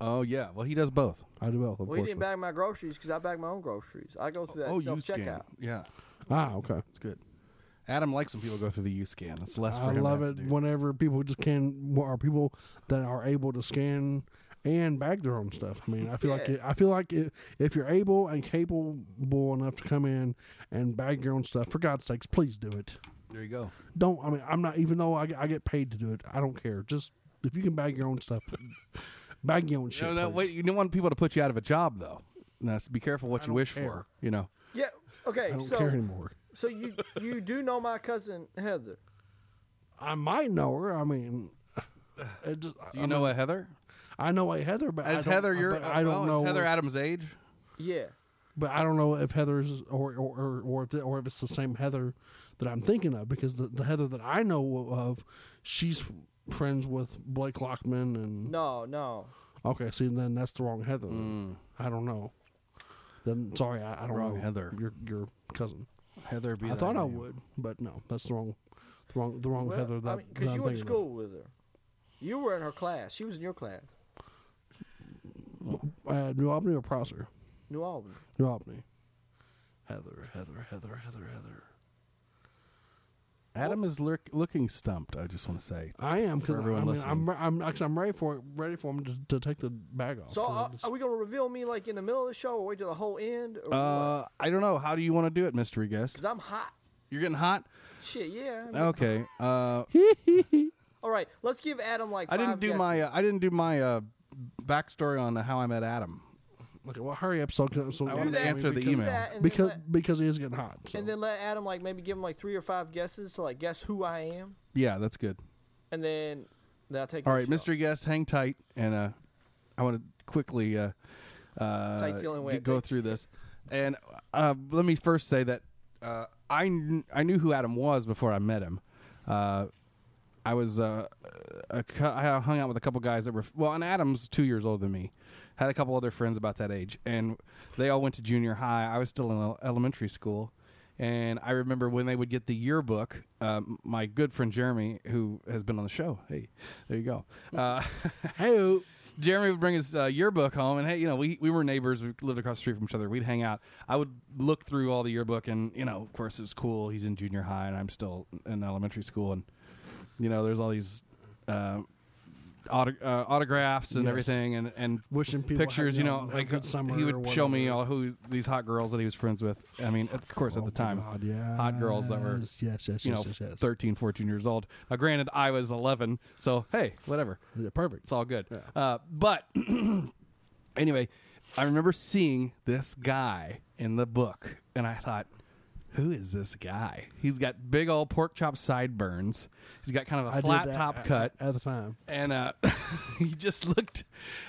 B: Oh yeah. Well, he does both.
A: I do both,
D: Well, he didn't
A: unfortunately.
D: bag my groceries because I bag my own groceries. I go through that
B: oh, you
D: self
B: scan.
D: checkout.
B: Yeah,
A: ah, okay.
B: it's good. Adam likes when people go through the U scan. It's less. For
A: I
B: him to
A: love
B: have
A: it
B: to do.
A: whenever people just can are people that are able to scan and bag their own stuff. I mean, I feel like
D: Yeah.
A: it, I feel like it, if you're able and capable enough to come in and bag your own stuff, for God's sakes, please do it.
B: There you go.
A: Don't I mean I'm not even though I, I get paid to do it, I don't care. Just if you can bag your own stuff, (laughs) bag your own shit.
B: No, no,
A: please.
B: wait. You don't want people to put you out of a job, though. Now, s- be careful what you
A: don't
B: wish
A: care.
B: for. You know.
D: Yeah. Okay.
A: I don't care
D: So,
A: anymore.
D: so you you do know my cousin Heather?
A: I might know her. I
B: (sighs)
A: mean, it just,
B: Do
A: I,
B: you know a Heather?
A: I know a Heather, but I
B: As
A: don't- uh,
B: Heather, you're.
A: but I don't
B: oh, is
A: know
B: Heather Adams' age.
D: Yeah.
A: But I don't know if Heather's or or or, or, if, or if it's the same Heather that I'm thinking of because the, the Heather that I know of, she's f- friends with Blake Lockman and
D: No, no.
A: okay, see then that's the wrong
D: Mm.
A: Heather. I don't know. Then sorry, I, I don't
B: Wrong
A: know
B: Heather.
A: Your your cousin.
B: Heather be
A: I
B: thy
A: thought I
B: name.
A: would, but no, that's the wrong, the wrong, the wrong
D: Well,
A: Heather. That
D: I mean, because
A: that
D: you
A: I'm
D: went to
A: thinking of.
D: school with her. You were in her class. She was in your class.
A: Uh, New Albany or Prosser?
D: New Albany.
A: New Albany. Heather, Heather, Heather, Heather, Heather.
B: Adam is lurk, looking stumped. I just want to say.
A: I am because
B: For everyone
A: I mean,
B: listening.
A: I'm, re- I'm actually I'm ready for it, ready for him to, to take the bag
B: Oh,
A: off.
D: So
A: I
D: uh,
A: just-
D: are we going to reveal me like in the middle of the show or wait till the whole end? Or
B: Uh, I don't know. How do you want to do it, mystery guest?
D: Because I'm hot.
B: You're getting hot.
D: Shit, yeah. I mean-
B: Okay. Uh,
D: All right, let's give Adam like.
B: I didn't
D: five
B: do
D: guesses.
B: my. Uh, I didn't do my uh, backstory on how I met Adam.
A: okay, well, hurry up, so, so
B: I
A: so-
B: wanted
D: that
B: to answer the
A: because,
D: Do
B: email.
D: that and
A: because
D: then
A: because he is getting hot. So.
D: let, and then let Adam like maybe give him like three or five guesses to like guess who I am,
B: Yeah, that's good.
D: and then then I'll take.
B: All
D: the
B: right,
D: shot.
B: mystery guest, hang tight, and uh, I want to quickly uh, uh,
D: Tight's the only way I
B: get- go
D: think.
B: through this. And uh, let me first say that uh, I kn- I knew who Adam was before I met him. Uh, I was uh, a cou- I hung out with a couple guys that were well, and Adam's two years older than me. Had a couple other friends about that age, and they all went to junior high. I was still in el- elementary school, and I remember when they would get the yearbook. Um, my good friend Jeremy, who has been on the show, hey, there you go. Uh,
A: (laughs)
B: (laughs)
A: hey, oh,
B: Jeremy would bring his uh, yearbook home, and hey, you know, we, we were neighbors. We lived across the street from each other. We'd hang out. I would look through all the yearbook, and you know, of course, it was cool. He's in junior high, and I'm still in elementary school, and you know, there's all these uh, auto, uh, autographs and
A: Yes.
B: everything, and and
A: wishing people
B: pictures.
A: had,
B: You know,
A: had a
B: like uh,
A: good summer
B: he
A: or
B: would show me
A: whatever.
B: all who these hot girls that he was friends with. I mean, of course, at
A: Oh
B: the
A: my
B: time,
A: God, yes.
B: hot girls that were
A: yes, yes, yes,
B: you know,
A: yes, yes.
B: 13, 14 years old. Now, granted, I was 11, so hey, whatever.
A: Yeah, perfect.
B: It's all good. Uh, but (clears throat) anyway, I remember seeing this guy in the book, and I thought, who is this guy? He's got big old pork chop sideburns. He's got kind of
A: I
B: a
A: did
B: flat
A: that (laughs)
B: top
A: at-
B: cut
A: at the time.
B: and uh, (laughs) he just looked.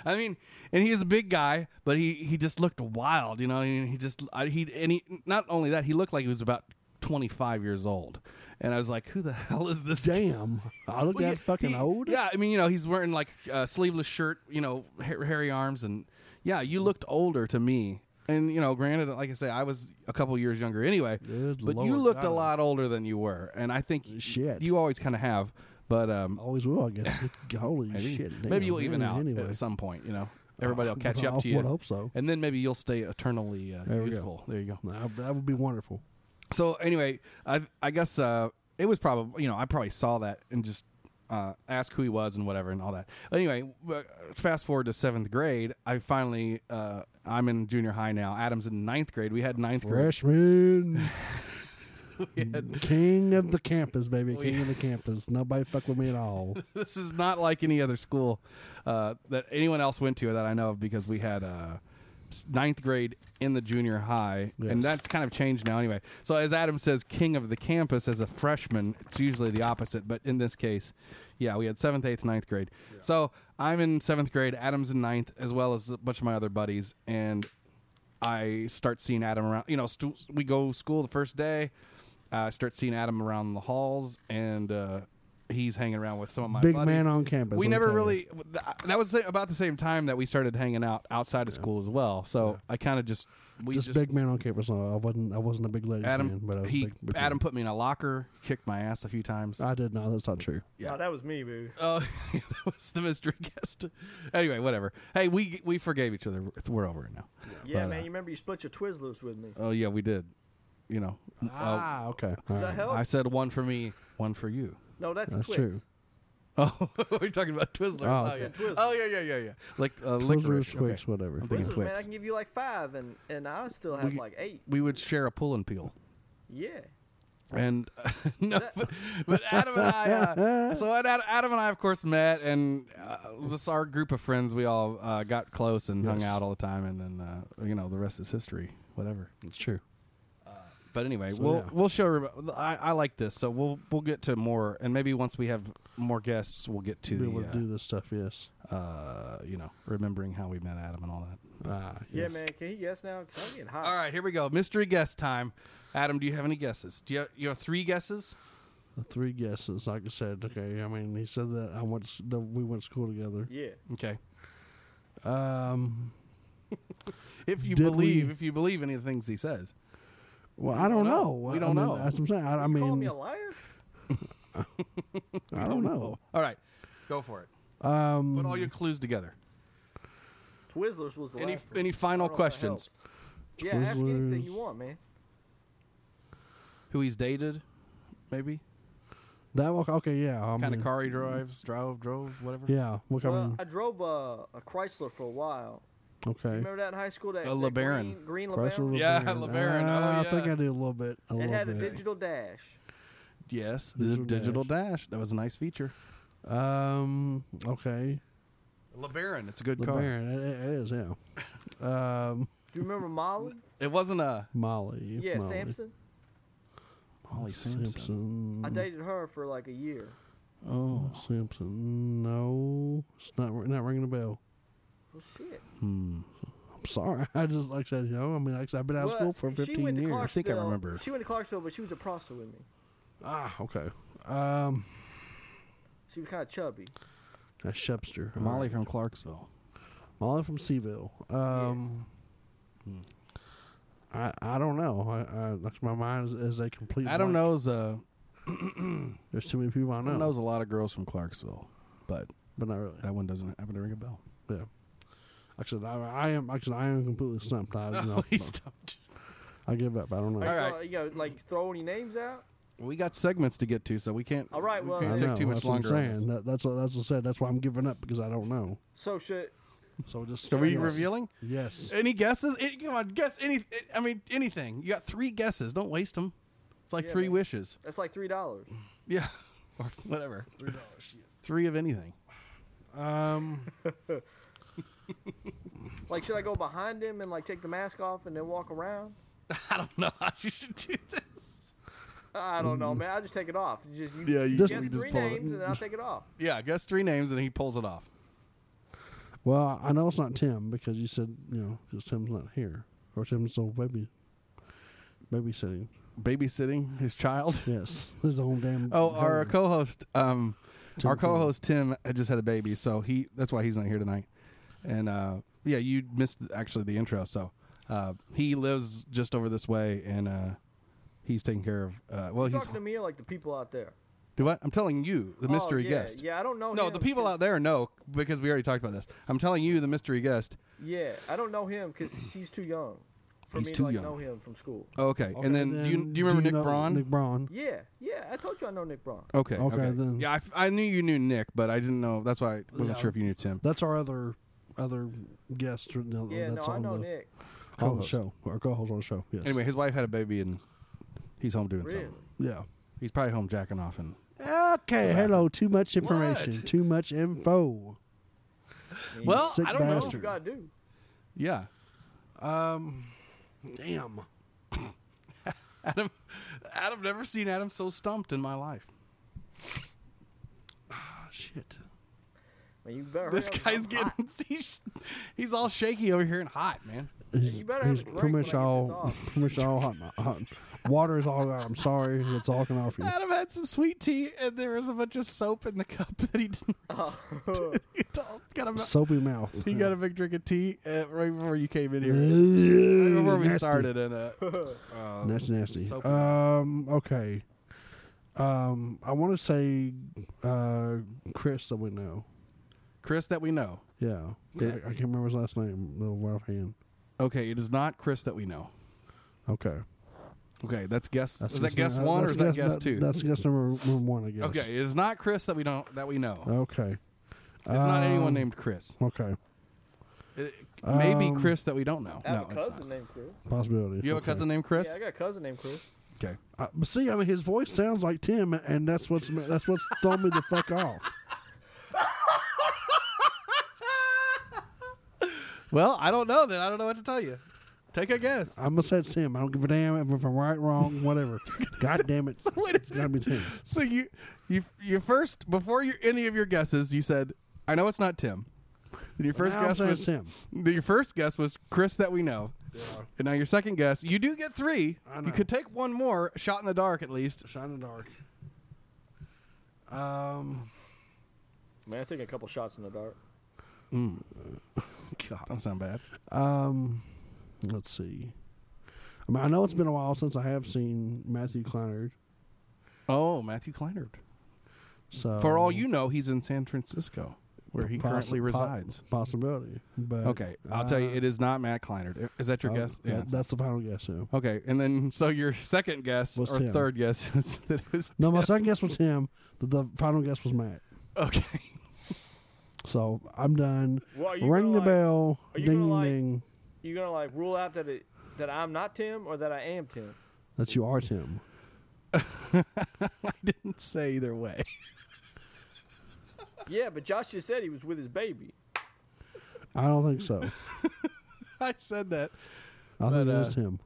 B: I mean, and he is a big guy, but he he just looked wild. You know, and he just I, he and he not only that he looked like he was about twenty five years old, and I was like, who the (laughs) hell is this? guy?
A: Damn, I look
B: Well,
A: that
B: yeah,
A: fucking
B: he-
A: old.
B: Yeah, I mean, you know, he's wearing like a sleeveless shirt, you know, ha- hairy arms, and yeah, you looked older to me. And you know, granted, like I say, I was a couple years younger anyway,
A: Good
B: but you
A: Lord,
B: looked a
A: God.
B: lot older than you were, and I think
A: Shit.
B: you always kind of have. But um,
A: always will. I guess.
B: (laughs)
A: Holy shit!
B: Maybe
A: damn.
B: you'll even
A: Anyway,
B: out
A: Anyway,
B: at some point. You know,
A: (laughs)
B: everybody will catch
A: I
B: up to you.
A: would hope so.
B: And then maybe you'll stay eternally uh,
A: There we go.
B: youthful. There you go.
A: that, that would be wonderful.
B: So anyway, I I guess uh, it was probably you know I probably saw that and just uh, asked who he was and whatever and all that. Anyway, uh, fast forward to seventh grade. I finally uh, I'm in junior high now. Adam's in ninth grade. We had ninth grade.
A: Freshman,
B: (sighs) We
A: (laughs)
B: had-
A: king of the campus, baby,
B: We-
A: king of the campus. Nobody fuck with me at
B: (laughs)
A: all.
B: this is not like any other school uh, that anyone else went to that I know of because we had uh, s- ninth grade in the junior high,
A: Yes.
B: and that's kind of changed now anyway. So, as Adam says, king of the campus as a freshman, it's usually the opposite, but in this case, yeah, we had seventh, eighth, ninth grade. So, I'm in seventh grade, Adam's in ninth, as well as a bunch of my other buddies, and I start seeing Adam around. You know, st- we go school the first day. I start seeing Adam around the halls, and uh, he's hanging around with some of my
A: Big
B: buddies.
A: man on campus.
B: We
A: let me
B: never
A: tell you.
B: really. That was about the same time that we started hanging out outside of school as well. So I kind of just we
A: just,
B: just,
A: big man on campus. No, I wasn't. I wasn't a big ladies
B: Adam.
A: man, but I was
B: he
A: big, big
B: Adam put me in a locker, kicked my ass a few times.
A: Man. I did not. That's not true.
B: Yeah.
C: Nah, that was me, boo.
B: (laughs) Oh, that was the mystery (laughs) guest. Anyway, whatever. Hey, we we forgave each other. It's we're over it now.
D: Yeah,
B: But,
D: man,
B: uh,
D: you remember you split your Twizzlers with me?
B: Oh yeah, we did. You know, uh,
A: Ah, okay. all
D: Does that
A: right.
D: help?
B: I said one for me, one for you. (laughs)
D: no, that's,
A: That's
D: Twix.
A: true.
B: Oh, (laughs) we're talking about Twizzlers.
A: Oh.
B: Oh, yeah.
D: Twizzlers.
B: oh yeah, yeah, yeah, yeah. Like uh,
A: Twizzlers,
B: licorice.
A: Twix,
B: Okay.
A: whatever.
B: I'm
A: Yeah.
B: thinking
D: Twizzlers, man, I
B: Twix.
D: can give you like five, and and I still have
B: We-
D: like eight.
B: We would share a pull and peel. (laughs)
D: Yeah.
B: And (laughs) no, but, but Adam and I. Uh, so Ad- Ad- Adam and I, of course, met, and uh, just our group of friends. We all uh, got close and hung
A: Yes.
B: out all the time, and then uh, you know the rest is history. Whatever.
A: It's true.
B: But anyway,
A: So,
B: we'll
A: yeah.
B: we'll show. everybo- I, I like this, so we'll we'll get to more, and maybe once we have more guests, we'll get to
A: Be able
B: the
A: to do this stuff. Yes.
B: uh, uh, you know remembering how we met Adam and all that.
A: Ah,
D: Yeah,
A: yes.
D: man. Can he guess now? 'Cause I'm getting hot.
B: All right, here we go. Mystery guess time. Adam, do you have any guesses? Do you have, you have three guesses?
A: The Three guesses. Like I said. Okay. I mean, he said that I went. s- That we went to school together.
D: Yeah.
B: Okay.
A: Um.
B: If you
A: Did
B: believe,
A: we-
B: (laughs) if you believe any of the things he says.
A: Well, I don't know.
B: We
A: I
B: don't
A: mean,
B: know.
A: That's what I'm saying. I, I
D: Call me
A: mean,
D: a liar?
A: I don't know.
B: All right, go for it.
A: Um,
B: Put all your clues together.
D: Twizzlers was the
B: Any
D: last one.
B: any final
D: I don't know if that
B: questions?
D: helps. Yeah, ask anything you
A: Twizzlers.
D: want, man.
B: Who he's dated? Maybe
A: that was okay. Yeah, I
B: kind
A: mean,
B: of car he drives, drove, drove, whatever.
A: Yeah, what kind
D: Well,
A: of
D: I drove a, a Chrysler for a while.
A: okay?
D: Remember that in high school? That,
B: A
D: that
B: LeBaron.
D: green, green
A: Chrysler
D: LeBaron.
B: Yeah,
A: LeBaron.
B: LeBaron.
A: Uh,
B: Oh,
A: I think
B: yeah.
A: I did a little bit. A
D: It
A: little
D: had a
A: bit.
D: digital dash.
B: Yes, the
A: Digital
B: digital, dash. That was a nice feature.
A: um. Okay.
B: LeBaron, it's a good car.
A: LeBaron. It, it is.
D: (laughs)
A: Yeah. Um.
D: Do you
A: (laughs)
D: remember Molly?
B: It wasn't a
A: Molly.
D: Yeah,
A: Molly.
D: Samson.
B: Molly Simpson.
A: Simpson.
D: I dated her for like a year.
B: Oh,
A: Simpson. No, it's not ri- not ringing a bell.
D: Well, shit.
A: Hmm. I'm sorry. (laughs) I just like I said, you know. I mean, like I said, I've been out of school
D: Well,
A: for
D: she
A: 15
D: went to
A: years.
B: I think I
D: Clarksville-
B: remember.
D: She went to Clarksville, but she was a prostitute with me.
A: Ah, okay. Um,
D: She was kind of chubby.
A: that's Shepster. All
B: Molly
A: right.
B: from Clarksville.
A: Molly from Seaville. Um, I I don't know. I, I like my mind is, is a complete.
B: Adam
A: blank.
B: knows uh,
A: There's too many people I know,
B: Adam knows a lot of girls from Clarksville, but
A: but not really.
B: that one doesn't happen to ring a bell.
A: Yeah. Actually, I, I am actually I am completely stumped. I, (laughs)
B: (laughs)
A: no,
B: he stopped.
A: I give up. I don't know.
D: Are
B: All
D: you
B: right.
D: gonna, you know, like throw any names out?
B: We got segments to get to, so we can't.
D: All right,
B: we
D: well,
A: I
B: can't
D: it
A: know,
B: take too much
A: that's what I'm
B: longer. on
A: saying.
B: this.
A: That- that's what that's what I said. That's why I'm giving up because I don't know.
D: So should
A: So just
B: Are we
A: yes.
B: revealing? (laughs)
A: Yes.
B: Any guesses? Any- come on, guess any. I mean, anything. You got three guesses. Don't waste them. It's like
D: Yeah,
B: three
D: man.
B: wishes.
D: that's like three dollars.
B: Yeah, (laughs) or whatever. Three dollars. Three of anything. (laughs)
A: Um.
D: Like, should I go behind him and like take the mask off and then walk around?
B: I don't know how you should do this.
D: I don't know, man. I just take it off. You just you,
B: Mm-hmm. Yeah, you-
A: Just-
D: guess
A: we
B: just
D: three
B: pull it.
D: names and then I'll take it off.
B: Yeah, guess three names and he pulls it off.
A: Well, I know it's not Tim because you said you know because Tim's not here or Tim's still baby babysitting.
B: Babysitting his child.
A: Yes, (laughs) his own damn.
B: (laughs) Oh, our
A: home.
B: co-host, um,
A: Tim
B: our
A: Pool.
B: co-host Tim had just had a baby, so he that's why he's not here tonight. And uh, yeah, you missed actually the intro. So uh, he lives just over this way, and uh, he's taking care of. Uh, well, he's
D: Talking to me or, like the people out there.
B: do what? I'm telling you, the
D: Oh,
B: mystery
D: yeah,
B: guest.
D: Yeah, I don't know.
B: No,
D: him
B: the people
D: 'cause-
B: out there know because we already talked about this. I'm telling you, the mystery guest.
D: Yeah, I don't know him because he's too young for
B: He's
D: me to
B: too
D: like
B: young.
D: know him from school.
B: Oh, okay.
A: Okay,
B: and then, do, you, do you remember Nick
A: know
B: Braun?
A: Nick Braun.
D: Yeah, yeah. I told you I know Nick Braun.
B: Okay.
A: Okay, then.
B: Yeah, I f- I, knew you knew Nick, but I didn't know. That's why I wasn't
A: Yeah.
B: sure if you knew Tim.
A: That's our other other guest. or no,
D: Yeah, no,
A: that's
D: I
A: on
D: know
A: the,
D: Nick.
A: on the
B: Co-host.
A: show. Our co-host on the show. Yes.
B: Anyway, his wife had a baby, and he's home doing
D: Really?
B: something.
A: Yeah.
B: He's probably home jacking off and
A: Okay. Hello. Too much information.
B: What?
A: Too much info.
B: Well,
A: sick
B: I don't
D: That's what you
A: bastard.
D: gotta do.
B: yeah. (laughs)
A: Um. Damn.
B: Adam Adam never seen Adam so stumped in my life.
A: Oh, shit.
D: Man, you better.
B: This
D: hurry up,
B: guy's
D: I'm
B: getting (laughs)
D: hot.
B: he's, he's all shaky over here and hot, man.
A: He's,
D: You better have
A: he's
D: a drink
A: pretty
D: when I
A: much
D: get this
A: all
D: off.
A: pretty much all hot, hot. Water is all out. I'm sorry. It's all coming
B: (laughs)
A: off you.
B: Adam had some sweet tea and there was a bunch of soap in the cup that he didn't
D: Oh.
E: (laughs)
D: (laughs)
B: rinse. (laughs) It all got him
A: Soapy mouth.
B: He
A: (laughs)
B: got a (laughs) big drink of tea uh, right before you came in here. Right before we
A: Before
B: started and uh,
D: (laughs)
A: That's nasty.
B: Soapy
A: Um. Okay. Um. I want to say, uh, Chris that we know.
B: Chris that we know.
A: Yeah. I,
B: Yeah.
A: I can't remember his last name. No, right offhand.
B: Okay, it is not Chris that we know.
A: Okay.
B: Okay, that's guess.
A: That's
B: is that guess
A: num-
B: one or
A: that's
B: is that guess
A: that-
B: two?
A: That's guess number, number one. I guess.
B: okay, it is not Chris that we don't that we know.
A: Okay.
B: It's not anyone
A: Um,
B: named Chris.
A: Okay.
B: It, maybe
A: Um,
B: Chris that we don't know.
D: I have
B: no,
D: a
B: it's
D: cousin
B: not.
D: named Chris.
A: Possibility.
B: You have a
A: Okay.
B: cousin named Chris?
D: Yeah, I got a cousin named Chris.
B: okay.
A: Uh, but see, I mean, his voice sounds like Tim, and that's what's that's what's thrown me the
B: (laughs)
A: fuck off.
B: Well, I don't know then. I don't know what to tell you. Take a guess.
A: I'm gonna say it's Tim. I don't give a damn if I'm right, wrong, whatever.
B: (laughs)
A: God damn it,
B: wait a
A: it's gotta be Tim.
B: So you you you first before you, any of your guesses, you said, "I know it's not Tim." Then your first
A: Now I'm
B: guess
A: saying
B: was
A: Tim.
B: then your first guess was Chris that we know. And now your second guess, you do get three.
A: I
B: You
A: know.
B: could take one more shot in the dark at least.
A: Shine in the dark.
B: (laughs)
A: Um,
D: Man, I took a couple shots in the dark.
B: God, don't sound bad.
A: um, let's see. I mean, I know it's been a while since I have seen Matthew Kleinert.
B: Oh, Matthew Kleinert.
A: So
B: For all you know, he's in San Francisco, where he
A: Possi-
B: currently
A: po-
B: resides.
A: possibility, but
B: Okay, I'll tell you,
A: uh,
B: it is not Matt Kleinert. Is that your
A: uh,
B: guess?
A: that- that's the final guess. Yeah.
B: Okay, and then so your second guess
A: Was
B: or
A: Tim.
B: third guess (laughs) was that it was
A: No, my
B: Tim.
A: second guess was him. The, the final guess was Matt.
B: okay.
A: So I'm done.
C: Well, are you
A: Ring
C: gonna,
A: the
C: like,
A: bell.
C: are you
A: Ding
C: gonna,
A: ding
C: like-
A: ding.
D: You gonna like rule out that it that I'm not Tim or that I am Tim?
A: That you are Tim.
B: I didn't say either way.
D: Yeah, but Josh just said he was with his baby.
A: I don't think so.
B: (laughs) I said that.
A: I
B: But,
A: think it
B: uh,
A: was Tim.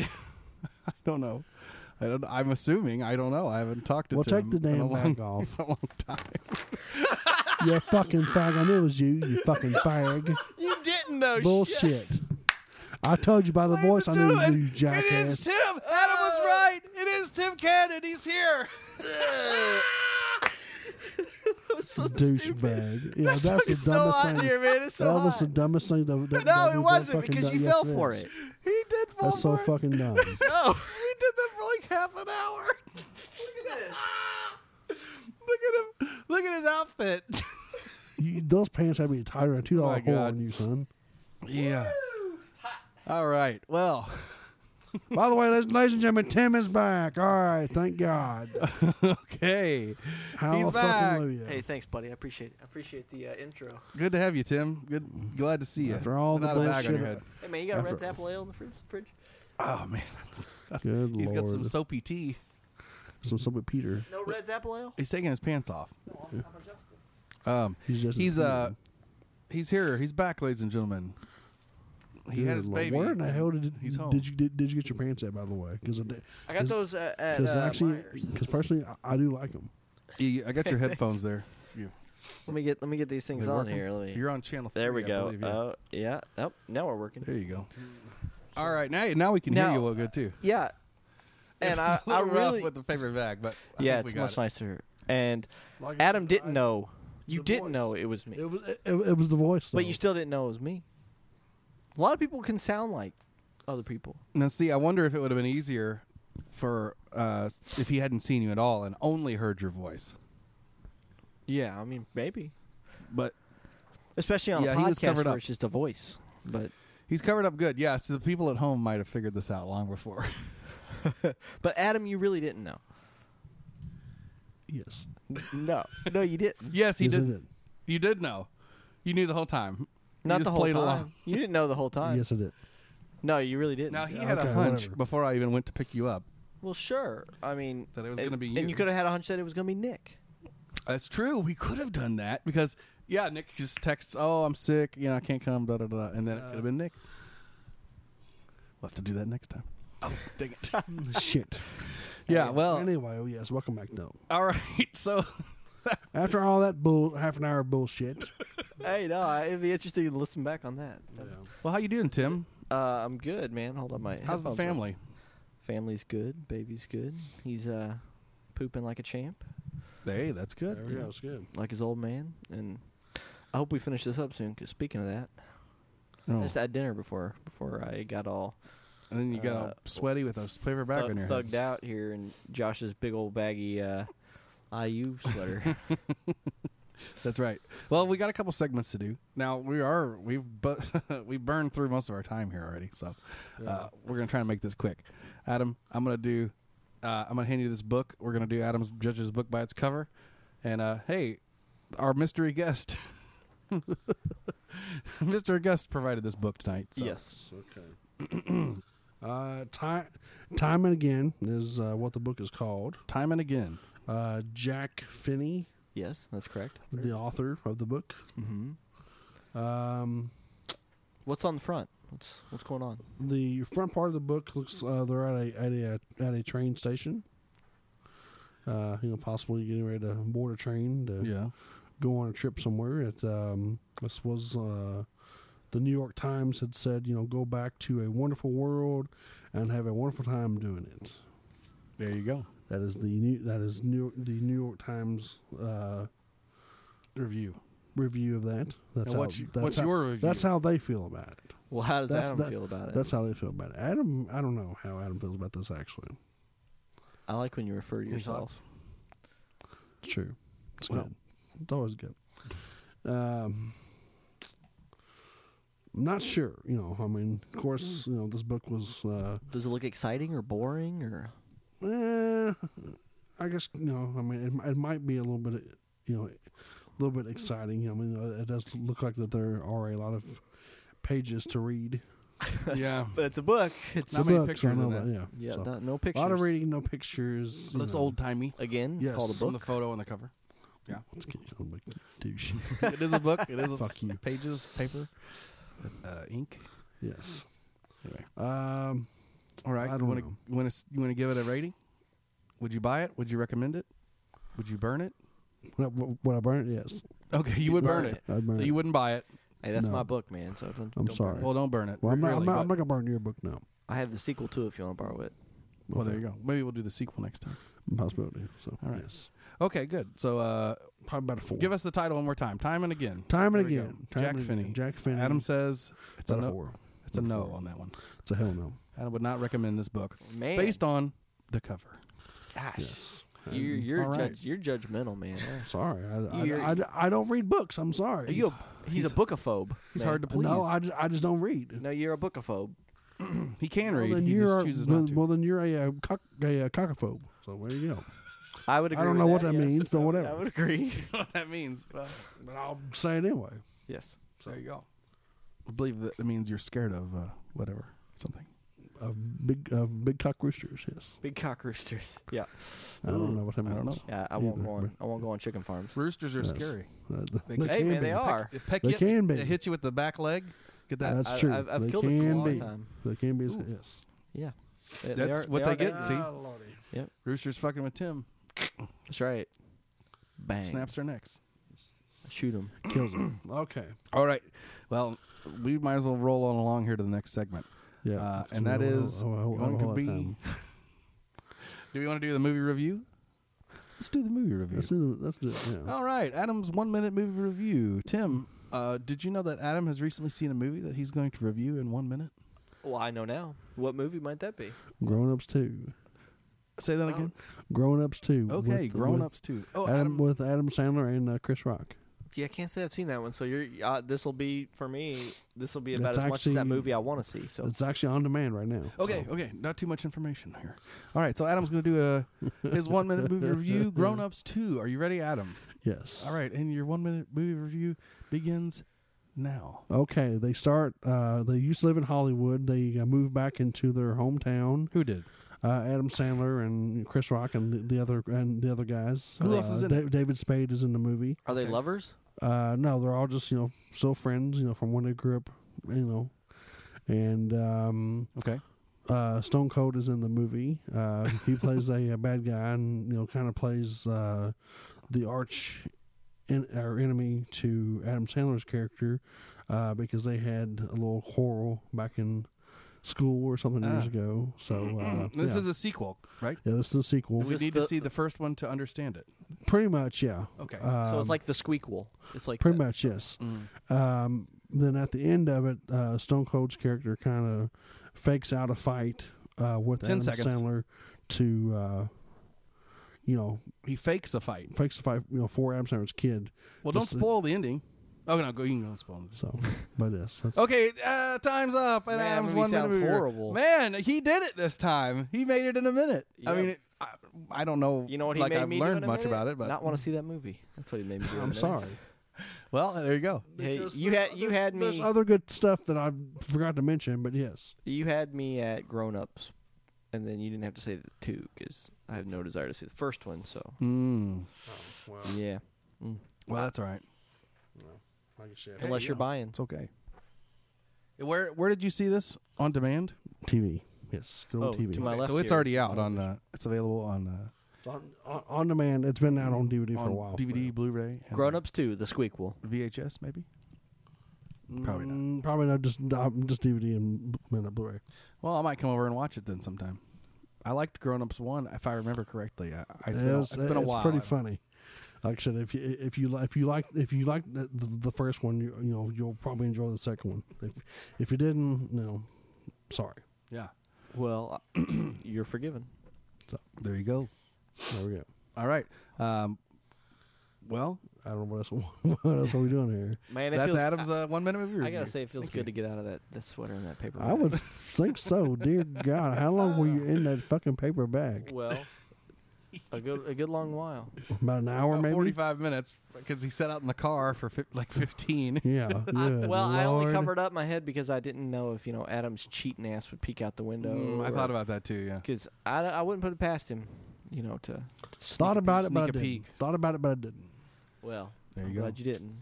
B: I don't know. I don't. I'm assuming. I don't know. I haven't talked to
A: Well,
B: Tim
A: take the
B: in a
A: damn
B: long,
A: bag
B: (laughs)
A: off.
B: a long time.
A: you fucking fag. I knew it was you. You fucking
B: (laughs)
A: fag.
B: You didn't (laughs) know
A: Bullshit. I told you by the voice. I knew it was you, you
B: It is
A: jackass.
B: Tim. Adam was right. It is Tim Cannon. He's (laughs) here. (laughs)
A: Douchebag. Yeah, that's, the dumbest thing.
B: man. It's
A: oh, that's the dumbest thing. That, that, that
E: No,
A: we've
E: it
A: ever
E: wasn't
A: fucking
E: because
A: done.
E: you
A: Yes,
E: fell
A: it
E: for
A: is.
E: it.
B: He did fall
A: That's so
B: for it.
A: fucking
B: (laughs)
A: dumb.
B: No, we did that for like half an hour. Look at this. (laughs) Look at him. Look at his outfit. (laughs)
A: you, those pants had me tied around two dollar
B: Oh my
A: hole
B: God.
A: on you, son.
B: Yeah. All right. Well, (laughs)
A: By the way, ladies ladies and gentlemen, Tim is back. All right, thank
B: (laughs)
A: God.
B: okay. He's back.
A: Hallelujah.
E: Hey, thanks, buddy. I appreciate it. I appreciate the uh, intro.
B: Good to have you, Tim. Good. Glad to see you.
A: After all the
B: Without a bag
A: bullshit.
B: on your head.
E: Hey, man, you got a Red's
A: After-
E: apple ale in the fridge? fridge?
B: Oh man,
A: Good
B: he's
A: lord.
B: got some soapy tea.
A: some stuff with Peter.
E: No Red's apple ale?
B: He's taking his pants off.
E: No, I'm, I'm adjusted.
B: Um,
A: He's just
B: he's uh, he's here. He's back, ladies and gentlemen. He
A: Good
B: had his
A: lord.
B: baby.
A: Where in the hell did
B: He's home.
A: did you did, did you get your pants at? By the way, because
E: I got those uh, at
A: Because
E: uh,
A: actually,
E: Myers.
A: because personally, I, I do like them.
B: You-
A: (laughs)
B: I got your headphones there. You.
E: Let me get let me get these things
B: They
E: on
B: working?
E: here. Let me.
B: You're on channel.
E: there
B: three,
E: we
B: I
E: go.
B: believe, yeah.
E: Oh yeah. Oh, now we're working.
B: there you go. All right, now now we can hear
E: Now,
B: you a little good too.
E: Yeah.
B: (laughs)
E: And I,
B: It's a
E: I
B: little rough
E: really
B: with the paper bag, but I
E: yeah,
B: think
E: it's
B: we got
E: much
B: it.
E: nicer. And
A: Like I
E: Adam
A: said,
E: didn't
A: I-
E: know. You
A: the
E: didn't
A: voice.
E: know it was me,
A: It was it, it was the voice.
E: but
A: though.
B: Oh.
E: you still didn't know it was me. A lot of people can sound like other people.
B: Now, see, I wonder if it would have been easier for uh, if he hadn't seen you at all and only heard your voice.
E: Yeah, I mean maybe,
B: But
E: especially on
B: Yeah,
E: a
B: he was
E: podcast
B: covered
E: where
B: up.
E: it's just a voice.
B: (laughs)
E: But
B: he's covered up good. Yeah, so the people at home might have figured this out long before. (laughs)
E: but Adam, you really didn't know.
A: yes,
E: No, (laughs) no, you didn't.
B: yes, he
A: Yes, I
B: did. You did know. You knew the whole time. You
E: Not
B: just
E: the whole
B: played
E: time.
B: Along.
E: You didn't know the whole time.
A: Yes, I did.
E: No, you really didn't.
B: Now he
A: Yeah,
B: had
A: okay,
B: a hunch
A: whatever.
B: before I even went to pick you up.
E: Well, sure. I mean,
B: That it was
E: and-
B: gonna be
E: and
B: you.
E: you could have had a hunch that it was going to be Nick.
B: That's true. We could have done that because yeah, Nick just texts, "Oh, I'm sick. You know, I can't come." Da da da. da," And then it could have been Nick. We'll have to do that next time. Oh, dang it.
A: Shit.
B: (laughs) yeah. Well.
A: anyway, oh, yes. Welcome back, though.
B: All right. (laughs) So
A: After all that bull, half an hour of bullshit.
E: hey, no, I- it'd be interesting to listen back on that.
B: Well, how you doing, Tim?
E: Uh, I'm good, man. Hold on, my
B: How's the
E: headphones are-
B: family?
E: Family's good. Baby's good. He's uh, pooping like a champ,
B: Hey, that's
A: There
B: good.
A: we go. It's good.
E: like his old man. And I hope we finish this up soon. Because speaking of that, I
B: Oh.
E: just had dinner before before I got all
B: And then you got all
E: uh,
B: sweaty with a paper bag
E: thug-
B: on your head.
E: thugged out here in Josh's big old baggy uh, IU
B: (laughs)
E: sweater.
B: That's right. Well, we got a couple segments to do. Now we are we've bu- (laughs) we burned through most of our time here already, so uh, we're gonna try and make this quick. Adam, I'm gonna do. Uh, I'm gonna hand you this book. We're gonna do Adam's judges book by its cover, and uh, hey, our mystery guest, (laughs) mystery guest provided this book tonight. So.
E: yes.
A: Okay. uh, time, time and again is uh, what the book is called.
B: time and again.
A: Uh, Jack Finney,
E: Yes, that's correct.
A: the author of the book.
E: Mm-hmm.
A: Um,
E: What's on the front? What's what's going on?
A: the front part of the book looks uh, they're at a at a at a train station. Uh, you know, possibly getting ready to board a train to
B: Yeah.
A: go on a trip somewhere. It um, this was uh, the New York Times had said, you know, go back to a wonderful world and have a wonderful time doing it.
B: There you go.
A: That is the new that is new the New York Times uh,
B: Review.
A: review of that. That's
B: And
A: how,
B: what's you-
A: that's
B: what's
A: how,
B: your review?
A: That's how they feel about it.
E: Well, how does
A: That's
E: Adam
A: the-
E: feel about it?
A: That's how they feel about it. Adam, I don't know how Adam feels about this actually.
E: I like when you refer to
B: Your
E: yourself.
B: thoughts?
A: It's true. It's
B: Well.
A: good. It's always good. Um, I'm not sure. You know, I mean, of
B: Hmm.
A: course, you know, this book was. Uh,
E: Does it look exciting or boring or?
A: Eh, I guess you know. I mean, it, mi- it might be a little bit, you know, a little bit exciting. I mean, uh, it does look like that there are a lot of pages to read. (laughs)
B: yeah.
E: It's a book. It's
B: Not
A: It's a
B: many
A: book,
B: pictures
A: I know
B: in
A: that,
B: it.
A: Yeah,
E: yeah,
A: so,
E: not- no
A: a
E: pictures.
A: lot of reading, no pictures. you
B: Looks
A: know.
B: old timey
E: Again, it's called a
A: Yes.
E: book.
B: from the photo on the cover.
A: Let's get you on, like, douche.
B: (laughs) it is a book. It is a
A: Fuck you.
B: pages, paper, uh, ink.
A: yes.
B: Anyway.
A: Um,
B: All right.
A: I don't
B: you
A: know.
B: Want to you want to give it a rating? Would you buy it? Would you recommend it? Would you burn it?
A: when I, when I burn it, yes,
B: Okay, you would burn
E: burn
B: it.
A: I burn
B: So
A: it.
B: you wouldn't buy it.
E: Hey, that's
A: No.
E: my book, man. So don't,
A: I'm
E: don't
A: sorry.
E: Burn it.
B: Well, don't burn it.
A: well, I'm not,
B: really,
A: I'm not,
B: but-
A: I'm not gonna burn your book now.
E: I have the sequel too. If you want to borrow it,
B: well, there you go. Maybe we'll do the sequel next time.
A: Possibility. So,
B: All right.
A: yes.
B: Okay, good. So uh,
A: probably about a four.
B: give us the title one more time, time and again.
A: time and
B: Here we
A: again.
B: go.
A: Time
B: Jack
A: and again.
B: Finney.
A: Jack Finney.
B: Adam says it's a
A: about a
B: no.
A: four.
B: It's a
A: About a
B: no
A: four.
B: on that one.
A: It's a hell no.
B: I would not recommend this book
E: man.
B: based on the cover.
E: gosh,
A: Yes.
E: you're you're
B: All right.
E: judge, you're judgmental, man.
A: I'm sorry. I,
E: You're-
A: I, I, I don't read books. I'm sorry.
E: Are you a, he's,
B: he's-
E: a bookaphobe.
B: He's
E: man.
B: hard to please.
A: no, I just, I just don't read.
E: No, you're a bookaphobe.
B: he can
A: Well,
B: read.
A: then
B: He
A: you're
B: just
A: a-
B: chooses
A: well,
B: not to. (laughs)
A: well, then you're a, uh cock, a, uh cockaphobe. So there you go.
E: I would.
A: I
E: agree
A: don't know
E: with
A: what that
E: yes.
A: means, but
E: I would-
A: whatever.
E: I would agree. (laughs)
B: what that means. Well,
A: But I'll say it anyway.
E: yes.
B: there you go. I believe that it means you're scared of uh, whatever something.
A: Of big, of big cock roosters. Yes.
E: Big cock roosters. Yeah.
A: I
E: Oh,
A: don't know what that
B: I
A: means.
B: don't
E: Yeah. I won't
A: Either,
E: go on. I won't go on chicken farms.
B: Roosters are
A: Yes.
B: scary.
A: Uh,
B: They
A: they
B: can-
E: hey
A: can
E: man,
A: be.
E: they are.
B: They peck
A: They
B: you,
A: can be.
B: They hit you with the back leg. Get that?
A: That's
E: I-
A: true.
E: I've, I've
A: They
E: killed it for
A: can
E: a long
A: be.
E: time.
A: They can be. Yes.
E: Yeah. They- they
B: That's
E: are-
B: what
E: are
B: they get,
E: dangerous.
B: see?
E: Yep.
B: Roosters fucking with Tim.
E: That's right. Bang.
B: Snaps their necks.
E: Shoot them.
A: Kills
E: (clears throat)
A: them. Okay.
B: All right. Well, we might as well roll on along here to the next segment.
A: Yeah.
B: Uh,
A: So
B: and that
A: we'll-
B: is
A: we'll- we'll-
B: going to
A: we'll-
B: be.
A: um,
B: (laughs) do we want to do the movie review? Let's do the movie review.
A: Let's do. Let's do. it, Yeah.
E: Oh.
B: All right, Adam's one minute movie review. Tim, uh, did you know that Adam has recently seen a movie that he's going to review in one minute?
E: Well, I know now. What movie might that be?
A: Grown ups too.
B: Say that again.
A: Grown ups too.
B: Okay,
A: with-
B: grown
A: with
B: ups too. Oh,
A: Adam,
B: Adam,
A: with Adam Sandler and uh, Chris Rock.
E: Yeah, I can't say I've seen that one. So you're uh, this will be for me. This will be about
A: That's
E: as much as that
A: actually-
E: movie I want to see. So
A: It's actually on demand right now. Oh.
B: Okay, okay, not too much information here. All right, so Adam's going to do a his one
A: (laughs)
B: minute movie review. Grown ups too. Are you ready, Adam?
A: Yes.
B: All right, and your one minute movie review begins now.
A: Okay. They start. Uh, they used to live in Hollywood. They uh, moved back into their hometown.
B: Who did?
A: Uh, Adam Sandler and Chris Rock and the- the other and the other guys.
B: Who else
A: Uh,
B: is in
A: Da-
B: it?
A: David Spade is in the movie.
E: are they
B: okay.
E: lovers?
A: Uh, no, they're all just you know still friends. You know from when they grew up. You know, and um,
B: Okay.
A: uh, Stone Cold is in the movie. Uh, he plays a, a bad guy and you know kind of plays uh, the arch in, or enemy to Adam Sandler's character uh, because they had a little quarrel back in school or something years
B: Ah.
A: ago. So uh,
B: Mm-hmm. This
A: yeah.
B: is a sequel, right?
A: yeah, this is the sequel.
E: Is
B: we
E: this
B: need
E: the-
B: to see the first one to understand it.
A: pretty much, yeah.
B: Okay.
E: so
A: Um,
E: it's like the squeakquel. It's like
A: pretty
E: that.
A: much yes.
B: Mm.
A: Um, then at the end of it, uh, Stone Cold's character kind of fakes out a fight uh, with
B: Ten
A: Adam
B: seconds.
A: Sandler to, uh, you know,
B: He fakes a fight.
A: fakes the fight, you know, for Adam Sandler's kid.
B: Well, don't
A: Just the-
B: spoil the ending. Oh no, go you can go spoil. it. (laughs)
A: So, but yes, that's,
B: Okay, uh, time's up. And
E: Man, that
B: Adam's
E: movie
B: one minute
E: sounds
B: movie.
E: horrible.
B: Man, he did it this time. He made it in a minute. I
E: Yeah.
B: mean, it, I, I don't know.
E: You know what he
B: Like
E: made
B: I've
E: me do in
B: learned
E: a
B: much
E: minute?
B: about it, but
E: not want to see that movie. That's what he made me do. in a
A: I'm
E: minute.
A: sorry.
B: well, there you go.
E: Hey,
A: Because
E: you
A: there's-
E: had you had
A: There's
E: me
A: other good stuff that I forgot to mention, but yes,
E: you had me at grown ups, and then you didn't have to say the two because I have no desire to see the first one. So
B: Mm.
E: yeah, Mm.
B: Well, that's all right.
E: unless you're buying.
B: It's okay. Where where did you see this on demand?
A: TV. Yes, good old
E: Oh,
A: TV.
E: to my
B: Okay,
E: left
B: so it's
E: here
B: already
E: is
B: out on.
E: television.
B: Uh, it's available on Mm. uh,
A: on, on, on demand. It's been out on DVD for
B: on
A: a while.
B: DVD, Blu-ray, and
E: Grown ups too. The squeakquel.
B: VHS maybe. Probably not.
A: Mm, Probably not. Just uh, just DVD and bl- and a Blu-ray.
B: Well, I might come over and watch it then sometime. I liked Grown Ups One, if I remember correctly. I, I- it's
A: Yeah,
B: been, a-
A: it's-
B: it's been a
A: it's
B: while.
A: pretty
B: I've-
A: funny. Like I said, if you if you li- if you like if you like the, the first one, you, you know you'll probably enjoy the second one. If if you didn't, no, sorry.
B: Yeah.
E: Well, (clears throat) you're forgiven.
B: There you go.
A: There we go.
B: All right. Um, well,
A: I don't know what else what else are we (laughs) doing here.
E: Man, it
B: that's
E: feels,
B: Adam's uh, one minute movie.
E: I, I
B: review.
E: gotta say, it feels good to get out of that, that sweater and that paper.
A: I would think so. Dear God, how long were you in that fucking paper
D: (laughs)
A: bag?
E: Well, a good a good long while.
A: About an hour,
B: About
A: maybe.
B: forty-five minutes because he sat out in the car for fif- like fifteen.
A: Yeah.
E: I,
A: good
E: well, I only
A: Lord.
E: covered up my head because I didn't know if you know Adam's cheating ass would peek out the window.
B: Mm, I thought about that too. Yeah.
E: because I, I wouldn't put it past him, you know. To
A: Thought about it, but I
B: sneak a
A: didn't.
B: peek.
A: Thought about it, but I didn't.
E: well,
B: There
E: I'm
B: you go.
E: glad you didn't.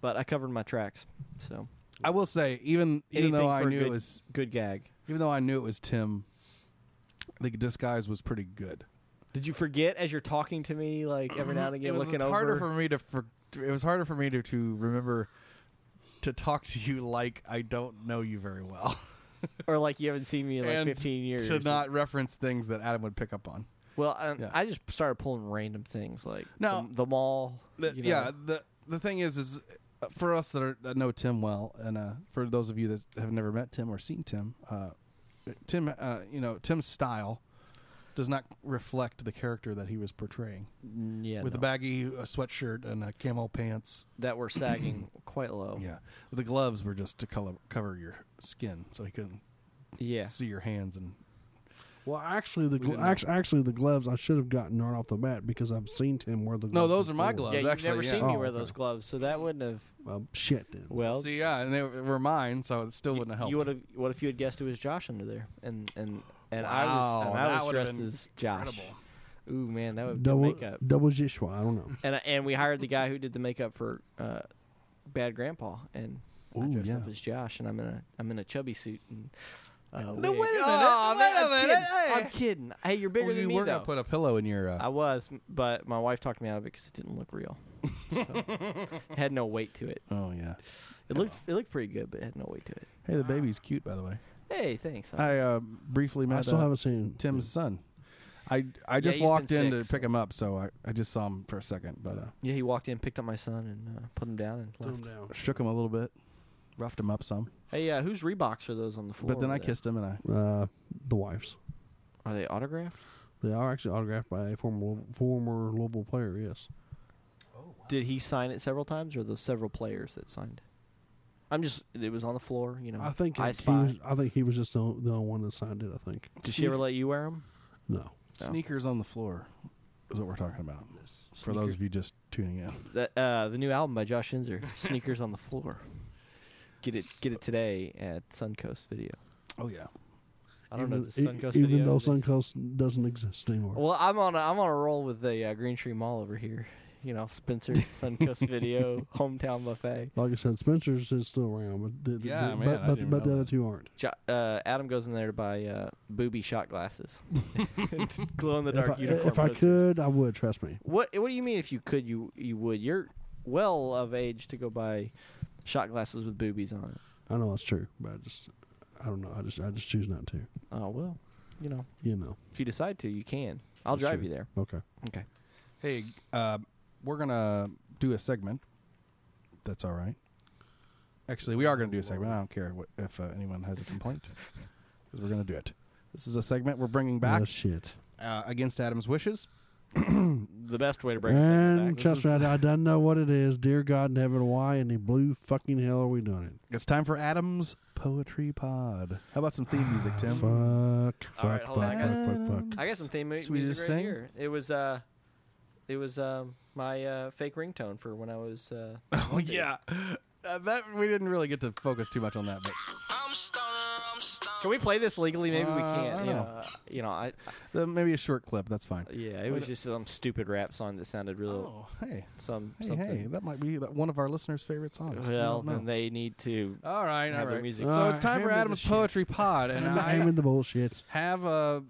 E: But I covered my tracks, so
B: I will say, even even though
E: Anything
B: I
E: for a
B: knew it
E: good-
B: was
E: good gag.
B: even though I knew it was Tim, the disguise was pretty good.
E: Did you forget as you're talking to me, like every now and again,
B: it was
E: looking
B: it's harder
E: over?
B: for me to for, it was harder for me to, to remember to talk to you like I don't know you very well
E: or like you haven't seen me in like
B: And
E: 15 years.
B: (laughs) to not reference things that Adam would pick up on.
E: well, I,
B: Yeah.
E: I just started pulling random things like
B: No.
E: the, the mall.
B: The-
E: you know.
B: Yeah, the the thing is is uh, for us that, are, that know Tim well, and uh, for those of you that have never met Tim or seen Tim, uh, Tim, uh, you know Tim's style does not reflect the character that he was portraying
E: Mm, yeah,
B: with a
E: no.
B: baggy uh, sweatshirt and uh, camel pants.
E: that
B: (coughs)
E: were sagging quite low.
B: Yeah, the gloves were just to color, cover your skin, so he couldn't
E: yeah.
B: see your hands and
A: Well, actually, the
B: We
A: gl-
B: didn't know.
A: act- actually the gloves I should have gotten right off the bat because I've seen Tim wear the gloves.
B: No, those are my
A: before.
B: gloves.
E: Yeah, you've
B: actually,
E: never
B: yeah.
E: seen me
A: Oh,
E: wear
A: okay.
E: those gloves, so that wouldn't have.
A: Um, shit, dude.
E: Well,
B: See, yeah, and they were, were mine, so it still wouldn't have helped.
E: Oh. You would have. What if you had guessed it was Josh under there, and and and I was
B: Wow,
E: and
B: that
E: I was
B: would've
E: dressed
B: been
E: as Josh.
B: incredible.
E: Ooh man, that would
A: double
E: make up.
A: double Jishwa. I don't know.
E: And I- and we hired the guy who did the makeup for uh, Bad Grandpa, and I
B: Ooh,
E: dressed
B: yeah.
E: up as Josh, and I'm in a I'm in a chubby suit. And, uh,
B: No,
E: wig.
B: wait a minute,
E: Oh, man,
B: wait a
E: I'm
B: minute,
E: kidding.
B: hey.
E: I'm kidding. Hey, you're bigger
B: Well,
E: than
B: Oh, you
E: me
B: were
E: though.
B: gonna put a pillow in your. Uh,
E: I was, but my wife talked me out of it because it didn't look real. So, (laughs) it had no weight to it.
B: oh yeah.
E: It looked it looked pretty good, but it had no weight to it.
B: Hey, the baby's cute, by the way.
E: Hey, thanks.
B: I uh, briefly
A: I
B: met
A: still
B: uh,
A: haven't seen
B: Tim's son. I I just
E: he's been
B: walked in
E: sick,
B: to
E: so-
B: pick him up, so I, I just saw him for a second, but uh,
E: Yeah, he walked in, picked up my son, and uh, put him down and left.
B: shook him a little bit, roughed him up some,
E: Hey, uh, whose Reeboks are those on the floor?
B: but then
E: over
B: I
E: there?
B: kissed him and I.
A: Uh, the wives.
E: Are they autographed?
A: They are actually autographed by a former former Louisville player. Yes.
E: Did he sign it several times, or those several players that signed? I'm just. It was on the floor, you know.
A: I think
E: I
A: it- he
E: spy.
A: was. I think he was just the, the only one that signed it. I think.
E: Did she ever let you wear them?
A: No.
E: No.
B: Sneakers on the floor is what we're talking about. For those of you just tuning in,
E: That uh, the new album by Josh Enzer, "Sneakers on the Floor." Get it, get it today at Suncoast Video.
B: oh yeah,
E: I don't know
A: even,
E: the Suncoast
A: e-
E: Video.
A: even though
E: is-
A: Suncoast doesn't exist anymore.
E: Well, I'm on a, I'm on a roll with the uh, Green Tree Mall over here. You know,
A: (laughs)
E: Spencer, Suncoast Video, Hometown Buffet.
A: like I said, Spencer's is still around, but the, the-
B: Yeah,
A: the-
B: man, I
A: but but,
B: didn't
A: but the
B: know
A: other
B: that.
A: two aren't.
E: Jo- uh, Adam goes in there to buy uh, booby
A: (laughs)
E: shot glasses, (laughs) glow in the
A: If I,
E: dark unicorn.
A: if I
E: posters.
A: could, I would. Trust me.
E: what What do you mean? If you could, you you would. You're well of age to go buy shot glasses with boobies on it.
A: I know it's true, but I just I don't know. I just I just choose not to.
E: Oh well, you know,
A: You know.
E: if you decide to, you can. I'll
A: That's
E: drive
A: true.
E: you there.
A: Okay.
E: Okay.
B: Hey, uh, we're gonna do a segment. if That's all right. Actually, we are gonna do a segment. I don't care what, if uh, anyone has a complaint, because we're gonna do it. This is a segment we're bringing back
A: Oh, shit.
B: uh, against Adam's wishes.
E: The best way to break
A: And
E: something back.
A: trust me, I I don't know what it is. Dear God in heaven, why in the blue fucking hell are we doing it?
B: It's time for Adam's poetry pod. How about some theme music,
A: (sighs)
B: Tim?
A: Fuck. Fuck.
E: All right,
A: fuck.
E: hold on, I
A: Fuck.
B: got-
A: Fuck. Fuck.
E: I got some theme mu- music
B: Should we
E: right
B: just sing?
E: here. It was uh, it was um my uh, fake ringtone for when I was (laughs) uh.
B: Oh yeah, uh, that we didn't really get to focus too much on that, but
E: Can we play this legally? Maybe we
B: Uh, I
E: can't.
B: don't
E: You know,
B: know.
E: uh, you know, I,
B: uh, maybe a short clip. That's fine.
E: yeah, it was just some stupid rap song that sounded real
B: Oh, hey,
E: some
B: hey,
E: something.
B: hey, that might be that one of our listeners' favorite songs. I
E: Well,
B: don't know.
E: then they need to
B: all right, all
E: have
B: right.
E: their music.
B: So
A: Uh,
B: it's time
A: hand
B: for
A: me the
B: Adam's
A: shit.
B: poetry pod, and
A: I'm
B: I
A: in the bullshit.
B: have uh,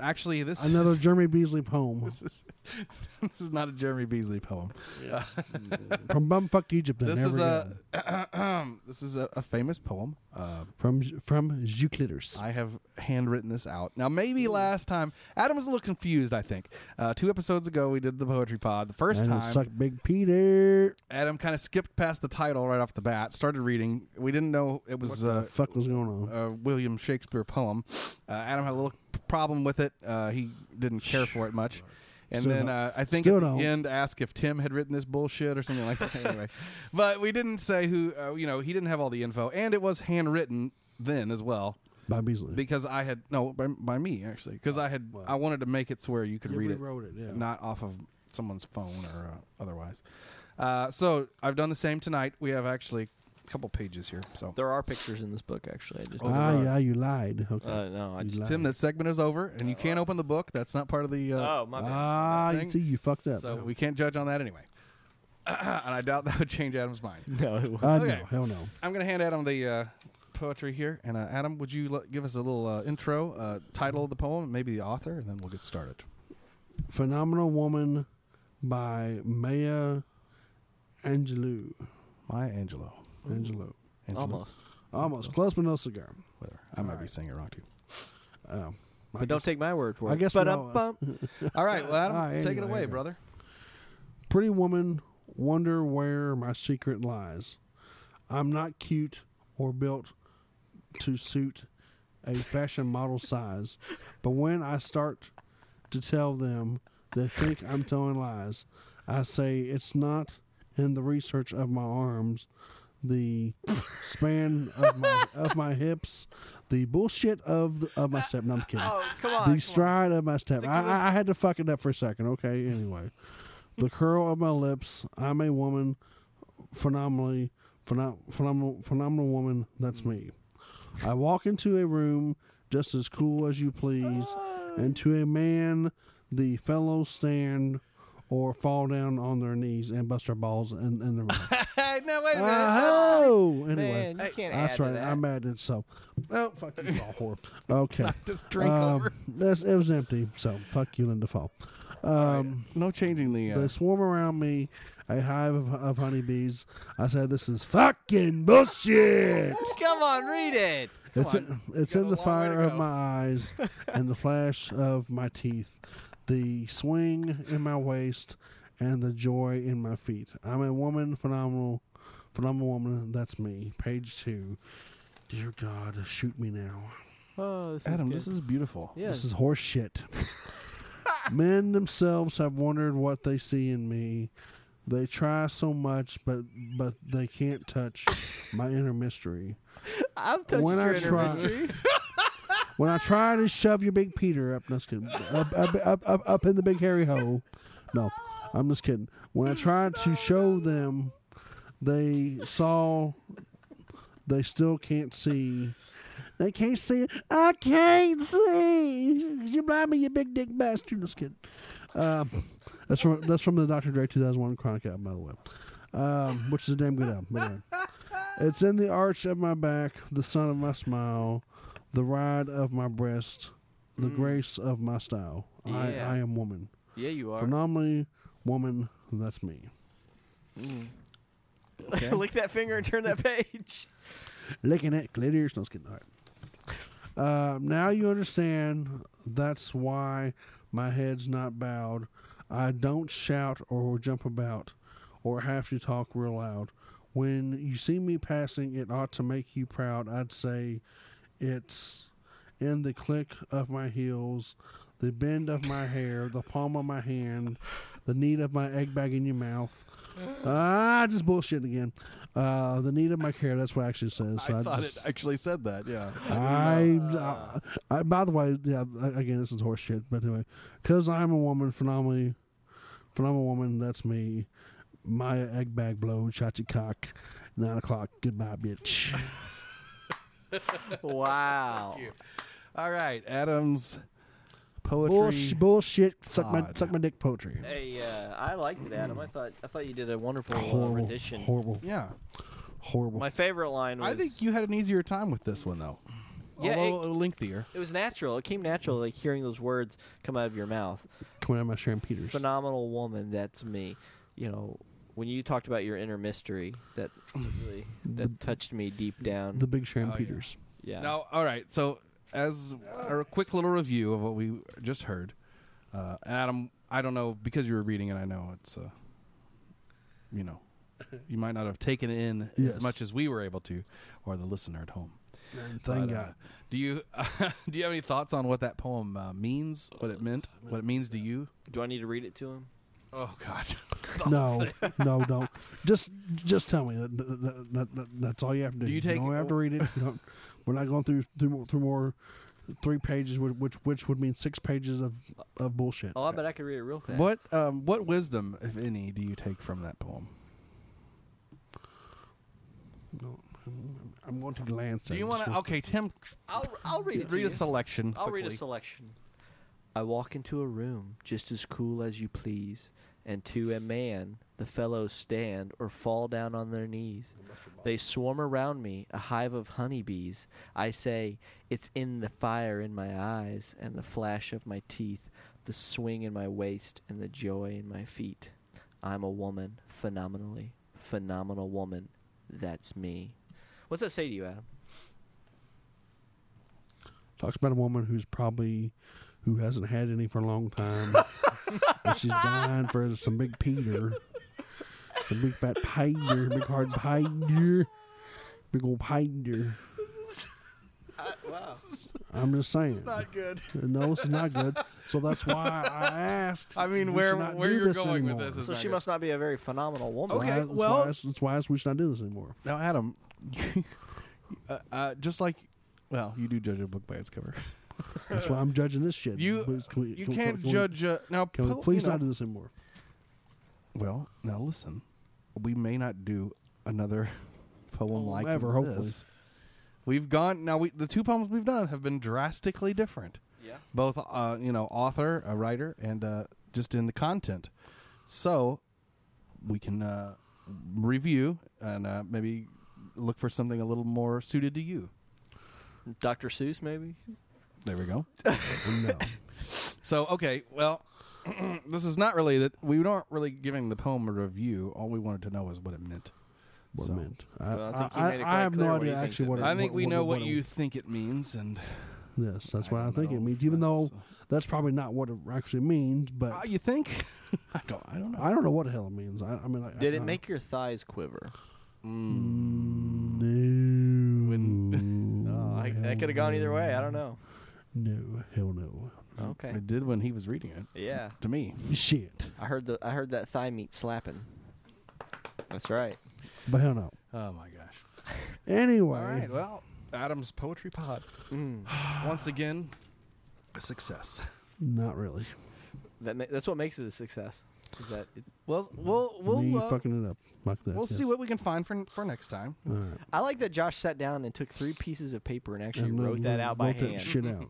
B: actually this
A: Another
B: (laughs) is,
A: Jeremy Beasley poem
B: this is (laughs) this is not a Jeremy Beasley poem.
A: from bumfucked Egypt. And
B: This
A: never
B: is uh,
A: again.
B: a (clears throat) this is a, a famous poem. Uh,
A: from from Zuclitters.
B: I have handwritten this out. Now,
A: Hmm.
B: maybe last time Adam was a little confused. I think uh, two episodes ago we did the poetry pod. The first
A: And
B: time
A: suck Big Peter.
B: Adam kind of skipped past the title right off the bat, started reading. We didn't know it was
A: the
B: uh,
A: fuck was going on?
B: a William Shakespeare poem. Uh, Adam had a little problem with it. Uh, he didn't care for it much. And
A: Still
B: then
A: don't.
B: uh, I think
A: Still
B: at the
A: don't.
B: end asked if Tim had written this bullshit or something
A: (laughs)
B: like that. anyway, but we didn't say who. Uh, you know, he didn't have all the info, and it was handwritten then as well
A: by Beasley.
B: because I had no by, by me actually because I had I wanted to make it so where you could
A: You
B: read
A: rewrote it, yeah.
B: not off of someone's phone or uh, otherwise. Uh, so I've done the same tonight. We have actually a couple pages here. So
E: There are pictures in this book, actually. I just
A: ah, yeah, you lied. Okay.
E: Uh, no, I
A: You
E: just-
A: lied.
B: Tim, that segment is over, and you can't open the book. That's not part of the. Uh,
C: Oh my bad.
A: ah, you
B: thing.
A: see, you fucked up.
B: so we can't judge on that anyway. (coughs) and I doubt that would change Adam's mind. (laughs)
E: no, it was
A: uh,
B: okay.
A: No, hell no.
B: I'm gonna hand Adam the uh, poetry here, and uh, Adam, would you l- give us a little uh, intro, uh, title of the poem, maybe the author, and then we'll get started.
A: Phenomenal Woman by Maya Angelou.
B: My Angelo.
A: Angelou.
B: Angelo?
E: almost. Oh.
A: Almost. Close, but no cigar.
B: Whatever. I might be
A: right.
B: saying it wrong too.
A: Oh. I
E: But don't
A: guess-
E: take my word for it.
A: I guess uh,
E: But um,
A: we'll- (laughs)
B: (laughs) All right, well, Adam,
A: All right,
B: take it
A: anyway,
B: away,
A: okay.
B: brother.
A: Pretty woman, wonder where my secret lies. I'm not cute or built to suit a fashion model size, but when I start to tell them, they think I'm telling lies. I say it's not in the research of my arms, the span of my of my hips, the bullshit of the, of my step. No, I'm kidding
E: Oh, come on.
A: the stride of my step. I, I, I had to fuck it up for a second. Okay, anyway. the curl of my lips. I'm a woman, phenomenally, phenom- phenomenal, phenomenal woman. That's me. I walk into a room just as cool as you please,
E: Ah.
A: and to a man, the fellows stand or fall down on their knees and bust their balls in, in their mouth.
E: (laughs) no, wait a minute.
A: oh, anyway.
E: Man, you can't add
A: That's
E: to
A: right.
E: that.
A: I'm mad at so. Oh, fuck you, ball whore.
E: (laughs)
A: Okay.
B: Just drink
A: Um,
B: over.
A: that's- it was empty, so fuck you, Linda Fall. Um,
B: No changing the. Uh,
A: They swarm around me, a hive of, of honeybees. I say, this is fucking bullshit.
E: Come on, read it.
A: It's in, it's
B: got
A: in the
B: a long way to
A: fire of
B: go.
A: my eyes and the flash of my teeth, the swing in my waist, and the joy in my feet. I'm a woman, phenomenal, phenomenal woman. That's me. Page two. Dear God, shoot me now.
E: Oh, this
B: Adam, this is beautiful.
E: (laughs) yeah.
A: This is horse shit. (laughs) Men themselves have wondered what they see in me. They try so much, but but they can't touch my inner mystery.
E: I've touched
A: when
E: your
A: I
E: inner
A: try- (laughs)
E: mystery.
A: When I try to shove your big Peter up, no, just kidding. up, up, up, up, up in the big hairy hole. No, I'm just kidding. When I tried to show them, they saw. They still can't see. They can't see. I can't see. You blind me, you big dick bastard. Just kidding. Um, that's from that's from the Dr. Dre 2001 Chronic album, by the way, um, which is a damn good album. but anyway. It's in the arch of my back, the sun of my smile, the ride of my breast, the grace of my style.
E: Yeah.
A: I, I am woman.
E: yeah, you are.
A: Phenomenally woman, that's me.
E: (laughs) Lick that finger and turn
A: (laughs)
E: that page.
A: Licking at gladiators. No, it's getting hard. Uh, now you understand that's why my head's not bowed. I don't shout or jump about or have to talk real loud. When you see me passing, it ought to make you proud. I'd say it's in the click of my heels, the bend of my hair, the palm of my hand, the need of my egg bag in your mouth.
B: (laughs)
A: Ah, just bullshit again. Uh, the need of my care. That's what it actually says. So
B: I thought
A: just-
B: it actually said that. Yeah.
A: I, uh, I, I, by the way, yeah, I- again, this is horse shit, but anyway, because I'm a woman, phenomenally, phenomenal woman, that's me. Maya egg bag blow, shot your cock, nine o'clock, goodbye, bitch.
E: Wow.
B: (laughs) All right, Adam's poetry.
A: Bullsh- bullshit, suck my,
B: God.
A: suck my dick poetry.
E: Hey, uh, I liked it, Adam. I thought I thought you did a wonderful uh,
A: Horrible,
E: rendition.
A: horrible,
B: Yeah,
A: horrible.
E: My favorite line was
B: I think you had an easier time with this one though.
E: Yeah,
B: although
E: it-
B: lengthier.
E: It was natural. It came natural, like hearing those words come out of your mouth.
A: Coming out of my Sharon Peters.
E: Phenomenal woman, that's me. You know, when you talked about your inner mystery, that really that touched me deep down.
A: the big Sharon
B: Oh, yeah.
A: Peters.
E: yeah.
B: Now, all right. So, as a quick little review of what we just heard, uh, and Adam, I don't know because you were reading it. I know it's, uh, you
E: (laughs)
B: know, you might not have taken it in
A: Yes.
B: as much as we were able to, or the listener at home.
A: Thank
B: But, uh,
A: God.
B: do you (laughs) do you have any thoughts on what that poem uh, means? What it meant? What it means to you?
E: Do I need to read it to him?
B: Oh God! (laughs)
A: no, no, don't. Just, just tell me. That, that, that, that- that's all you have to do.
B: Do you take-
A: don't have to read it. You don't- we're not going through through more, through more three pages, which, which which would mean six pages of of bullshit.
E: Oh, I bet I could read it real fast.
B: what um, what wisdom, if any, do you take from that poem?
A: No, I'm going to glance.
B: do you want to?
A: to?
B: Okay, Tim,
E: I'll, I'll read it to
B: read
E: you.
B: a selection.
E: I'll read a
B: quickly.
E: selection. I walk into a room just as cool as you please, and to a man the fellows stand or fall down on their knees. They swarm around me, a hive of honeybees. I say, It's in the fire in my eyes, and the flash of my teeth, the swing in my waist, and the joy in my feet. I'm a woman, phenomenally, phenomenal woman. That's me. What's that say to you, Adam?
A: Talks about a woman who's probably who hasn't had any for a long
B: (laughs)
A: time. and she's dying for some big Peter, some big fat pider, big hard pider, big old pider. wow. I'm just saying.
B: good.
A: No, it's not good. So that's why I asked.
B: (laughs) I mean,
A: we
B: where
A: should not
B: where
A: do
B: you're
A: this
B: going
A: anymore.
B: with this is
E: So
B: not
E: she
B: good.
E: must not be a very phenomenal woman.
B: Okay,
A: Why- that's
B: well-
A: why, I- that's why I asked we should not do this anymore.
B: Now,
A: (laughs)
B: Adam, uh, uh, just like, well, you do judge a book by its cover.
A: That's why I'm judging this shit.
B: You
A: Please, can we-
B: you
A: can we-
B: can't
A: can we-
B: judge uh, now.
A: Can
B: po-
A: we please
B: you know-
A: not do this
B: (laughs)
A: anymore?
B: Well, now listen, we may not do another (laughs) poem like
A: ever, hopefully.
B: this. We've gone now. We the two poems we've done have been drastically different.
E: Yeah.
B: both uh, you know author a writer and uh, just in the content so we can uh, review and uh, maybe look for something a little more suited to you
E: Dr. Seuss, maybe?
B: there
A: (laughs)
B: we go
A: No.
B: so okay well (clears throat) this is not really that we aren't really giving the poem a review all we wanted to know is what it meant
A: what
B: So-
A: it meant. I,
E: Well, I
A: I,
E: think he
A: I-
E: made it
A: I
E: quite
A: have
E: clear
A: no
E: what he
A: idea
E: thinks
A: actually
E: it
A: what.
E: meant.
B: i think we
A: what-
B: know
A: what
B: what
A: it-
B: you think it means and
A: Yes, that's what I,
B: don't
A: think it
B: know
A: means.
B: if
A: Even though
B: that's-
A: that's probably not what it actually means, but
B: uh, you think (laughs) i don't i don't know
A: I don't know what the hell it means. I, I mean, like,
E: Did
A: I,
E: it
A: (laughs)
E: make your thighs quiver?
B: Mm.
A: No.
B: (laughs) Oh,
E: No, Oh, I, that could have gone either way. I don't know.
A: No, hell no.
E: Okay.
B: it did when he was reading it
E: Yeah,
B: to me
A: Shit.
E: I heard the I heard that thigh meat slapping. That's right.
A: But hell no.
B: oh my gosh
A: Anyway,
B: All right. Well, Adam's Poetry (sighs) Pod.
E: Mm.
B: Once again, a success.
A: not really.
E: That ma- that's what makes it a success. Is that it,
B: Well, we'll
A: Me
B: we'll uh,
A: fucking it up like that.
B: we'll
A: yes.
B: see what we can find for for next time.
A: All right.
E: I like that Josh sat down and took three pieces of paper and actually
A: And then
E: wrote that out by
A: wrote that
E: hand.
A: shit
B: (laughs)
A: out.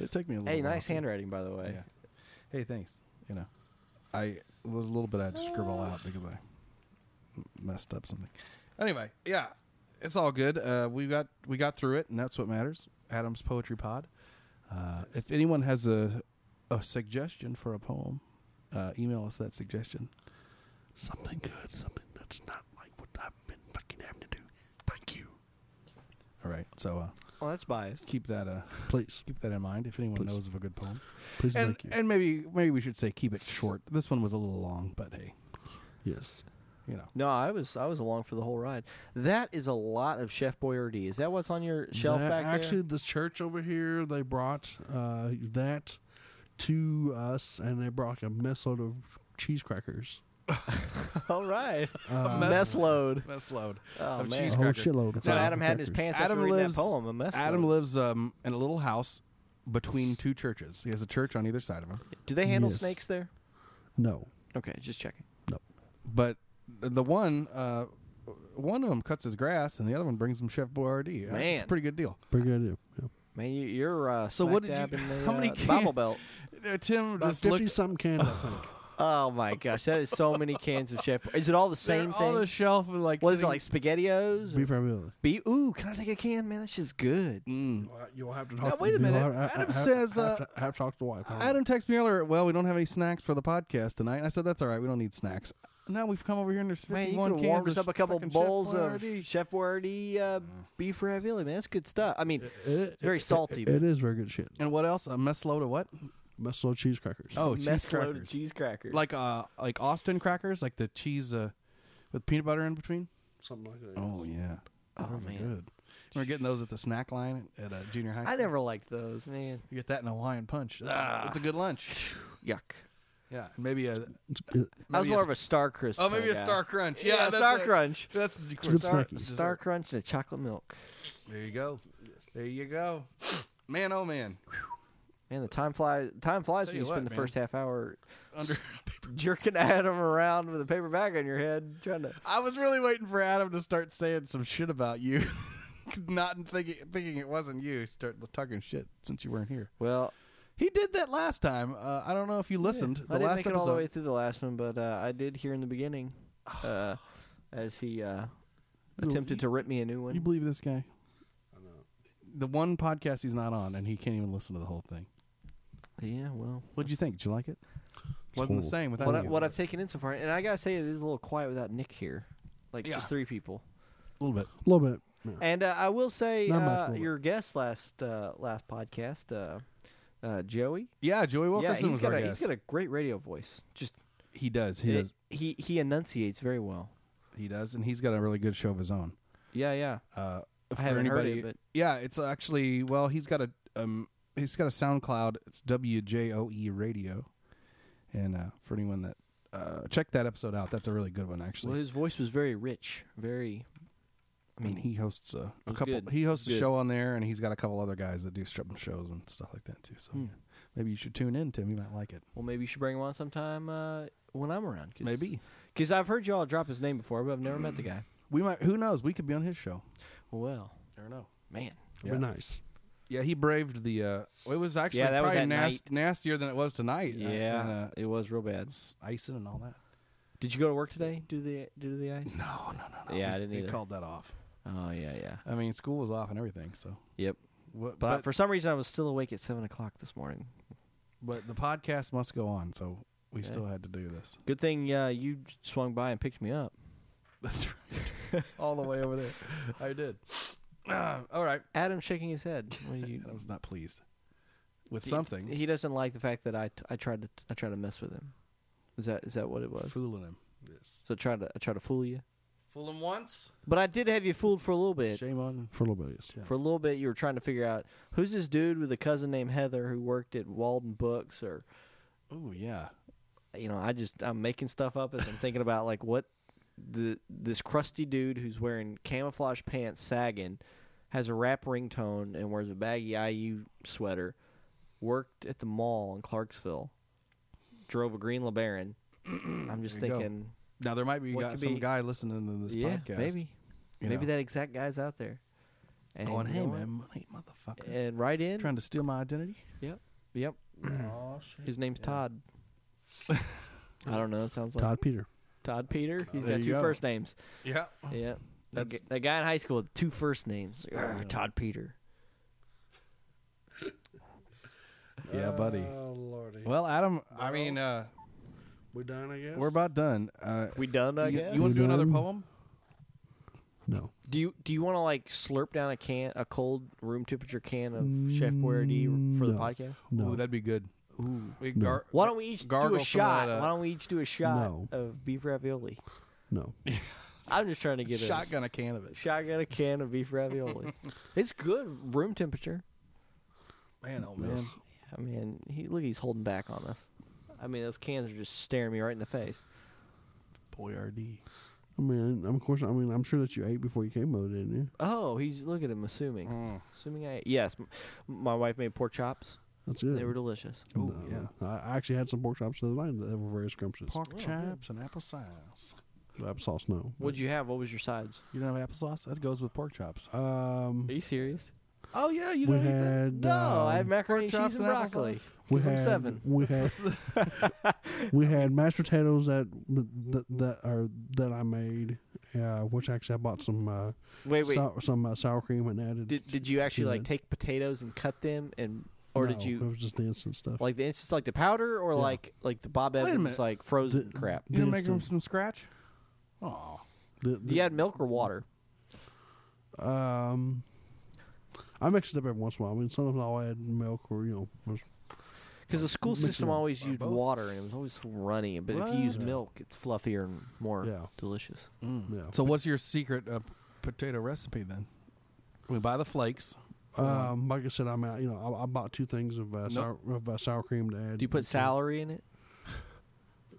B: It took me a little.
E: Hey,
B: while
E: nice
B: to-
E: handwriting by the way.
B: Yeah. Hey, thanks. You know, I was a little bit I had to scribble (sighs) out because I messed up something. Anyway, yeah, it's all good. Uh, we got we got through it, and that's what matters. Adam's Poetry Pod. Uh, if anyone has a a suggestion for a poem, uh, email us that suggestion.
A: Something good. Something that's not like what I've been fucking having to do. Thank you.
B: All right. So uh,
E: Oh, that's biased.
B: keep that uh,
A: Please,
B: keep that in mind if anyone
A: Please.
B: knows of a good poem.
A: please,
B: And
A: thank you.
B: and maybe maybe we should say keep it short. This one was a little long, but hey,
A: yes.
B: you know.
E: No, I was I was along for the whole ride. That is a lot of Chef Boyardee. Is that what's on your shelf
A: That-
E: back there?
A: actually, the church over here they brought uh, that to us, and they brought like, a messload of cheese crackers.
E: (laughs) all right.
A: Uh,
E: mess
A: (laughs)
E: load.
B: That's loud.
E: Oh
B: Of
E: man.
B: cheese
A: a whole
B: crackers.
A: shitload. of
E: That's what
A: fucking
E: Adam had in his
A: crackers.
E: pants
B: Adam
E: after reading
B: lives-
E: that poem. A mess
B: Adam
E: load.
B: lives um, in a little house between two churches. He has a church on either side of him.
E: Do they handle
A: Yes.
E: snakes there?
A: No,
E: Okay, just checking.
B: But the one uh, one of them cuts his grass, and the other one brings him Chef Boyardee. Uh, it's a
E: Man.
B: pretty good deal.
A: pretty good idea. Yeah.
E: Man, you, you're uh,
B: So what
E: smack
B: did you-
E: (laughs) dab in the,
B: how many
E: uh,
B: can-
E: Bible Belt?
B: Tim
A: About
B: just
A: fifty
B: looked.
A: something candles. I think.
E: (laughs) Oh my gosh, that is so many cans of Chef. Is it all the
B: They're
E: same thing?
B: on the shelf. and, Like
E: what is it
B: sitting-
E: like
B: (laughs)
E: SpaghettiOs? Or
A: Beef ravioli.
E: be- Ooh, can I take a can, man? That's just good.
B: Mm.
A: You'll have to
B: Now,
A: talk.
B: wait a
A: you'll
B: minute.
A: have- have-
B: Adam
A: have-
B: says,
A: have,
B: uh,
A: to- have to talk to the wife.
B: Adam texted me earlier. Well, we don't have any snacks for the podcast tonight. And I said that's all right. We don't need snacks. Now we've come over here and there's
E: Man,
B: 51
E: you can
B: cans
E: warm
B: of
E: us up a couple
B: fucking Chef
E: bowls of
B: Boyardee.
E: Chef Boyardee
B: Uh-huh.
E: uh, beef ravioli, man. That's good stuff. I mean,
B: Uh,
A: It-
E: very
A: it-
E: salty,
A: it-
E: but-
A: it is very good shit.
B: And what else? A mess load of what?
A: Buffalo cheese crackers.
B: Oh, cheese
E: mess load of
B: crackers.
E: cheese crackers.
B: Like uh, like Austin crackers, like the cheese uh, with peanut butter in between.
A: something like that.
B: Oh yeah,
E: oh
B: those are
E: man,
B: good. We We're getting those at the snack line at uh, junior high. School.
E: I never liked those, man.
B: You get that in Hawaiian punch. That's, a, that's a good (sighs) lunch.
E: Yuck.
B: Yeah, and maybe a
A: It's uh, good.
E: I was
B: Maybe a
E: more
B: s-
E: of a Star Crisp.
B: oh maybe
E: kinda
B: a
E: guy.
B: Star Crunch.
E: Yeah,
B: Yeah, that's
E: Star
B: right.
E: Crunch.
B: That's of course,
A: Slip
B: Star,
A: snacky.
B: dessert.
E: Star Crunch and a chocolate milk.
B: There you go. There you go. (sniffs) Man, oh man,
E: Man, the time flies. Time
B: Tell
E: flies when
B: you
E: you spend
B: what,
E: the
B: man.
E: first half hour
B: (laughs) under.
E: (laughs) jerking Adam around with a paper bag on your head, trying to.
B: I was really waiting for Adam to start saying some shit about you, (laughs) not thinking thinking it wasn't you. Start talking shit since you weren't here.
E: Well,
B: He did that last time. Uh, I don't know if you listened. the
E: I didn't
B: last
E: make it
B: episode.
E: all the way through the last one, but uh, I did hear in
B: (sighs)
E: the beginning uh, as he uh,
B: You-
E: attempted to rip me a new
B: You
E: one.
B: believe this guy? The one podcast he's not on, and he can't even listen to the whole thing.
E: Yeah, well,
B: What'd you think? Did you like it? Wasn't the
A: horrible.
B: same without
E: what, I,
B: you.
E: what I've taken in so far, and I gotta say, it is a little quiet without Nick here. Like
B: Yeah.
E: just three people,
B: a little bit.
A: A little bit.
E: and uh, I will say
A: Not much
E: uh,
A: movement.
E: your guest last uh, last podcast, uh, uh, Joey.
B: Yeah, Joey
E: yeah,
B: Wilkerson
E: he's
B: was
E: got
B: our
E: a
B: guest.
E: he's got a great radio voice. Just
B: he does. He
E: it-
B: does.
E: Eh, he he enunciates very well.
B: He does, and he's got a really good show of his own.
E: Yeah, yeah.
B: Uh, for
E: I haven't heard it,
B: anybody,
E: but-
B: yeah, it's actually well, he's got a um, he's got a SoundCloud. It's WJOE E Radio, and uh, for anyone that uh, check that episode out, that's a really good one actually.
E: Well, his voice was very rich, very. I
B: I mean,
E: mean,
B: he hosts a, a
E: was
B: couple.
E: good.
B: He hosts a
E: Good.
B: show on there, and he's got a couple other guys that do strip shows and stuff like that too. So
E: Hmm.
B: yeah. maybe you should tune in, Tim. You might like it.
E: well, maybe you should bring him on sometime uh, when I'm around. Cause,
B: Maybe
E: because I've heard y'all drop his name before, but I've never met the guy.
B: we might. Who knows? We could be on his show.
E: Well,
B: Never know.
E: man,
A: It'd
B: Yeah.
A: be nice.
B: Yeah, he braved the. Uh, it was actually
E: Yeah, that was
B: probably
E: at
B: nas- nastier than it was tonight. uh,
E: yeah,
B: and, uh,
E: it was real bad.
B: icing and
E: (laughs)
B: all that.
E: Did you go to work today? Do the do the ice?
B: No, no, no, no.
E: Yeah,
B: We-
E: I didn't
B: we
E: either.
B: called that off.
E: Oh yeah, yeah.
B: I mean, school was off and everything. So,
E: Yep.
B: what,
E: But,
B: but
E: for some reason, I was still awake at seven o'clock this morning.
B: but the podcast must go on. So we
E: Yeah.
B: still had to do this.
E: Good thing uh, you swung by and picked me up.
B: (laughs) That's right. all the way over there. I did. (sniffs) Ah, all right.
E: Adam shaking his head.
B: (laughs)
E: What do you?
B: I was not pleased with
E: He-
B: something.
E: He doesn't like the fact that I, t- I tried to I tried to mess with him. Is that is that what it was?
B: fooling him. Yes.
E: So I tried to I tried to fool you.
B: Fool him once.
E: But I did have you fooled for a little bit.
B: Shame on.
A: For a little bit, yes.
E: For a little bit, you were trying to figure out who's this dude with a cousin named Heather who worked at Walden Books, or
B: Oh yeah.
E: you know, I just I'm making stuff up as I'm thinking about like what the this crusty dude who's wearing camouflage pants sagging, has a rap ringtone and wears a baggy IU sweater, worked at the mall in Clarksville, drove a
B: (clears throat)
E: green LeBaron. I'm just
B: There you go.
E: thinking,
B: Now there might be
E: What
B: got
E: could
B: some
E: be-
B: guy listening to this
E: yeah,
B: podcast.
E: maybe,
B: you
E: maybe
B: know,
E: that exact guy's out there. And
B: going,
E: you
B: hey
E: know what?
B: man, money, motherfucker,
E: and right in.
B: trying to steal my identity.
E: Yep. His name's
B: (laughs)
E: Todd. I don't know. It sounds like Todd,
A: Todd Peter.
E: Peter. He's
B: There
E: got
B: you
E: two
B: go.
E: first names.
B: Yeah.
E: Yeah. That,
B: That's-
E: gu- that guy in high school with two first names. Arr, Todd Peter.
B: Yeah, buddy.
E: Uh,
A: Oh, Lordy.
B: Well, Adam, I mean, uh,
A: we done, I guess?
B: we're about done. Uh,
E: We done, I
B: you,
E: guess.
B: want to do another
A: Done.
B: poem?
A: No.
E: do you do you want to like slurp down a can, a cold room temperature can of Chef Boyardee for the
A: no.
E: podcast?
A: No.
B: Ooh, that'd be good. Ooh. We
A: No.
B: gar-
E: Why don't we each
B: Gargle
E: do
B: some
E: a
B: of
E: shot?
B: that, uh,
E: Why don't we each do a shot
A: No.
E: of beef ravioli?
A: no.
E: I'm just trying to get a
B: shotgun a can of it?
E: shotgun a can of beef ravioli. (laughs) it's good room temperature.
B: Man, oh man.
E: I mean, he look, he's holding back on us. I mean, those cans are just staring me right in the face.
B: Boyardee.
A: I mean, I'm, of course, I mean, I'm sure that you ate before you came over, didn't you?
E: Oh, he's look at him, assuming,
B: Mm.
E: assuming I yes, m- my wife made pork chops.
A: That's good.
E: They were delicious.
B: Ooh,
A: No.
B: yeah.
A: I I actually had some pork chops the other night that were very scrumptious.
B: Pork chops and applesauce.
A: Applesauce, no.
E: What'd you have? What was your sides?
B: You don't have applesauce? That goes with pork chops.
A: Um,
E: Are you serious? Oh yeah, you
A: we had
B: uh,
E: No,
A: um,
E: Oh, I have macaroni
B: pork
E: cheese and
B: chops and
E: broccoli.
A: we
E: 'cause I'm
A: had
E: seven. (laughs)
A: we had we had mashed potatoes that that that are that I made, uh, which actually I bought some uh,
E: Wait, wait.
A: sour, some uh, sour cream and added.
E: Did did you actually like
A: Yeah.
E: take potatoes and cut them and or did
A: No,
E: you
A: It was just the instant stuff.
E: like the it's just like the powder or
A: Yeah.
E: like like the Bob
B: a
E: Evans
B: minute.
E: like frozen crap?
B: You gonna make them
A: Instant.
B: from scratch? Oh,
A: The-
E: Do you add milk or water?
A: the- um, I mix it up every once in a while. I mean, sometimes I'll add milk or you know, just-
E: Because the school
A: Mix it
E: system
A: up.
E: always used
B: both.
E: water and it was always so runny. But if you use
A: What?
E: milk, it's fluffier and more
A: Yeah.
E: delicious.
A: yeah.
B: Mm. so what's your secret uh, potato recipe then? We buy the flakes.
A: Um, like I said, I mean, I- you know, I, I bought two things of uh, sour of uh, sour cream to add.
E: Do you put
A: to-
E: celery in it?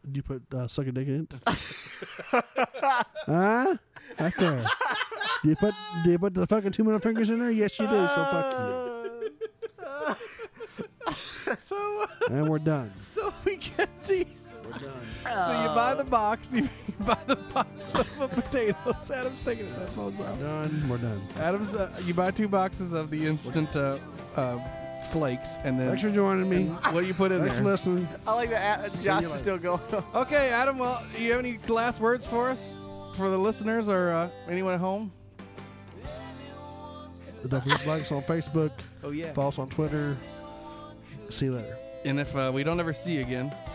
A: Do you put uh, suck a dick in it?
E: (laughs)
A: huh? Right there. Do you put do you put the fucking two middle fingers in there? Yes, you do. So fuck
B: (laughs)
E: Uh.
B: so
A: you. And we're done.
B: so we get these. So you buy the box. You (laughs) buy the box of the potatoes. Adam's taking his headphones off.
A: Done. We're done.
B: Adam's. Uh, you buy two boxes of the instant uh, uh, flakes, and then
A: Thanks for joining
E: (laughs)
A: me.
B: what do you put in
A: Thanks
B: there?
A: for listening.
E: I like that. Josh is still going.
B: Okay, Adam. Well, you have any last words for us, for the listeners, or uh, anyone at home?
A: Don't forget to like us on Facebook.
E: Oh, yeah.
A: Follow us on Twitter. See you later.
B: And if uh, we don't ever see you again,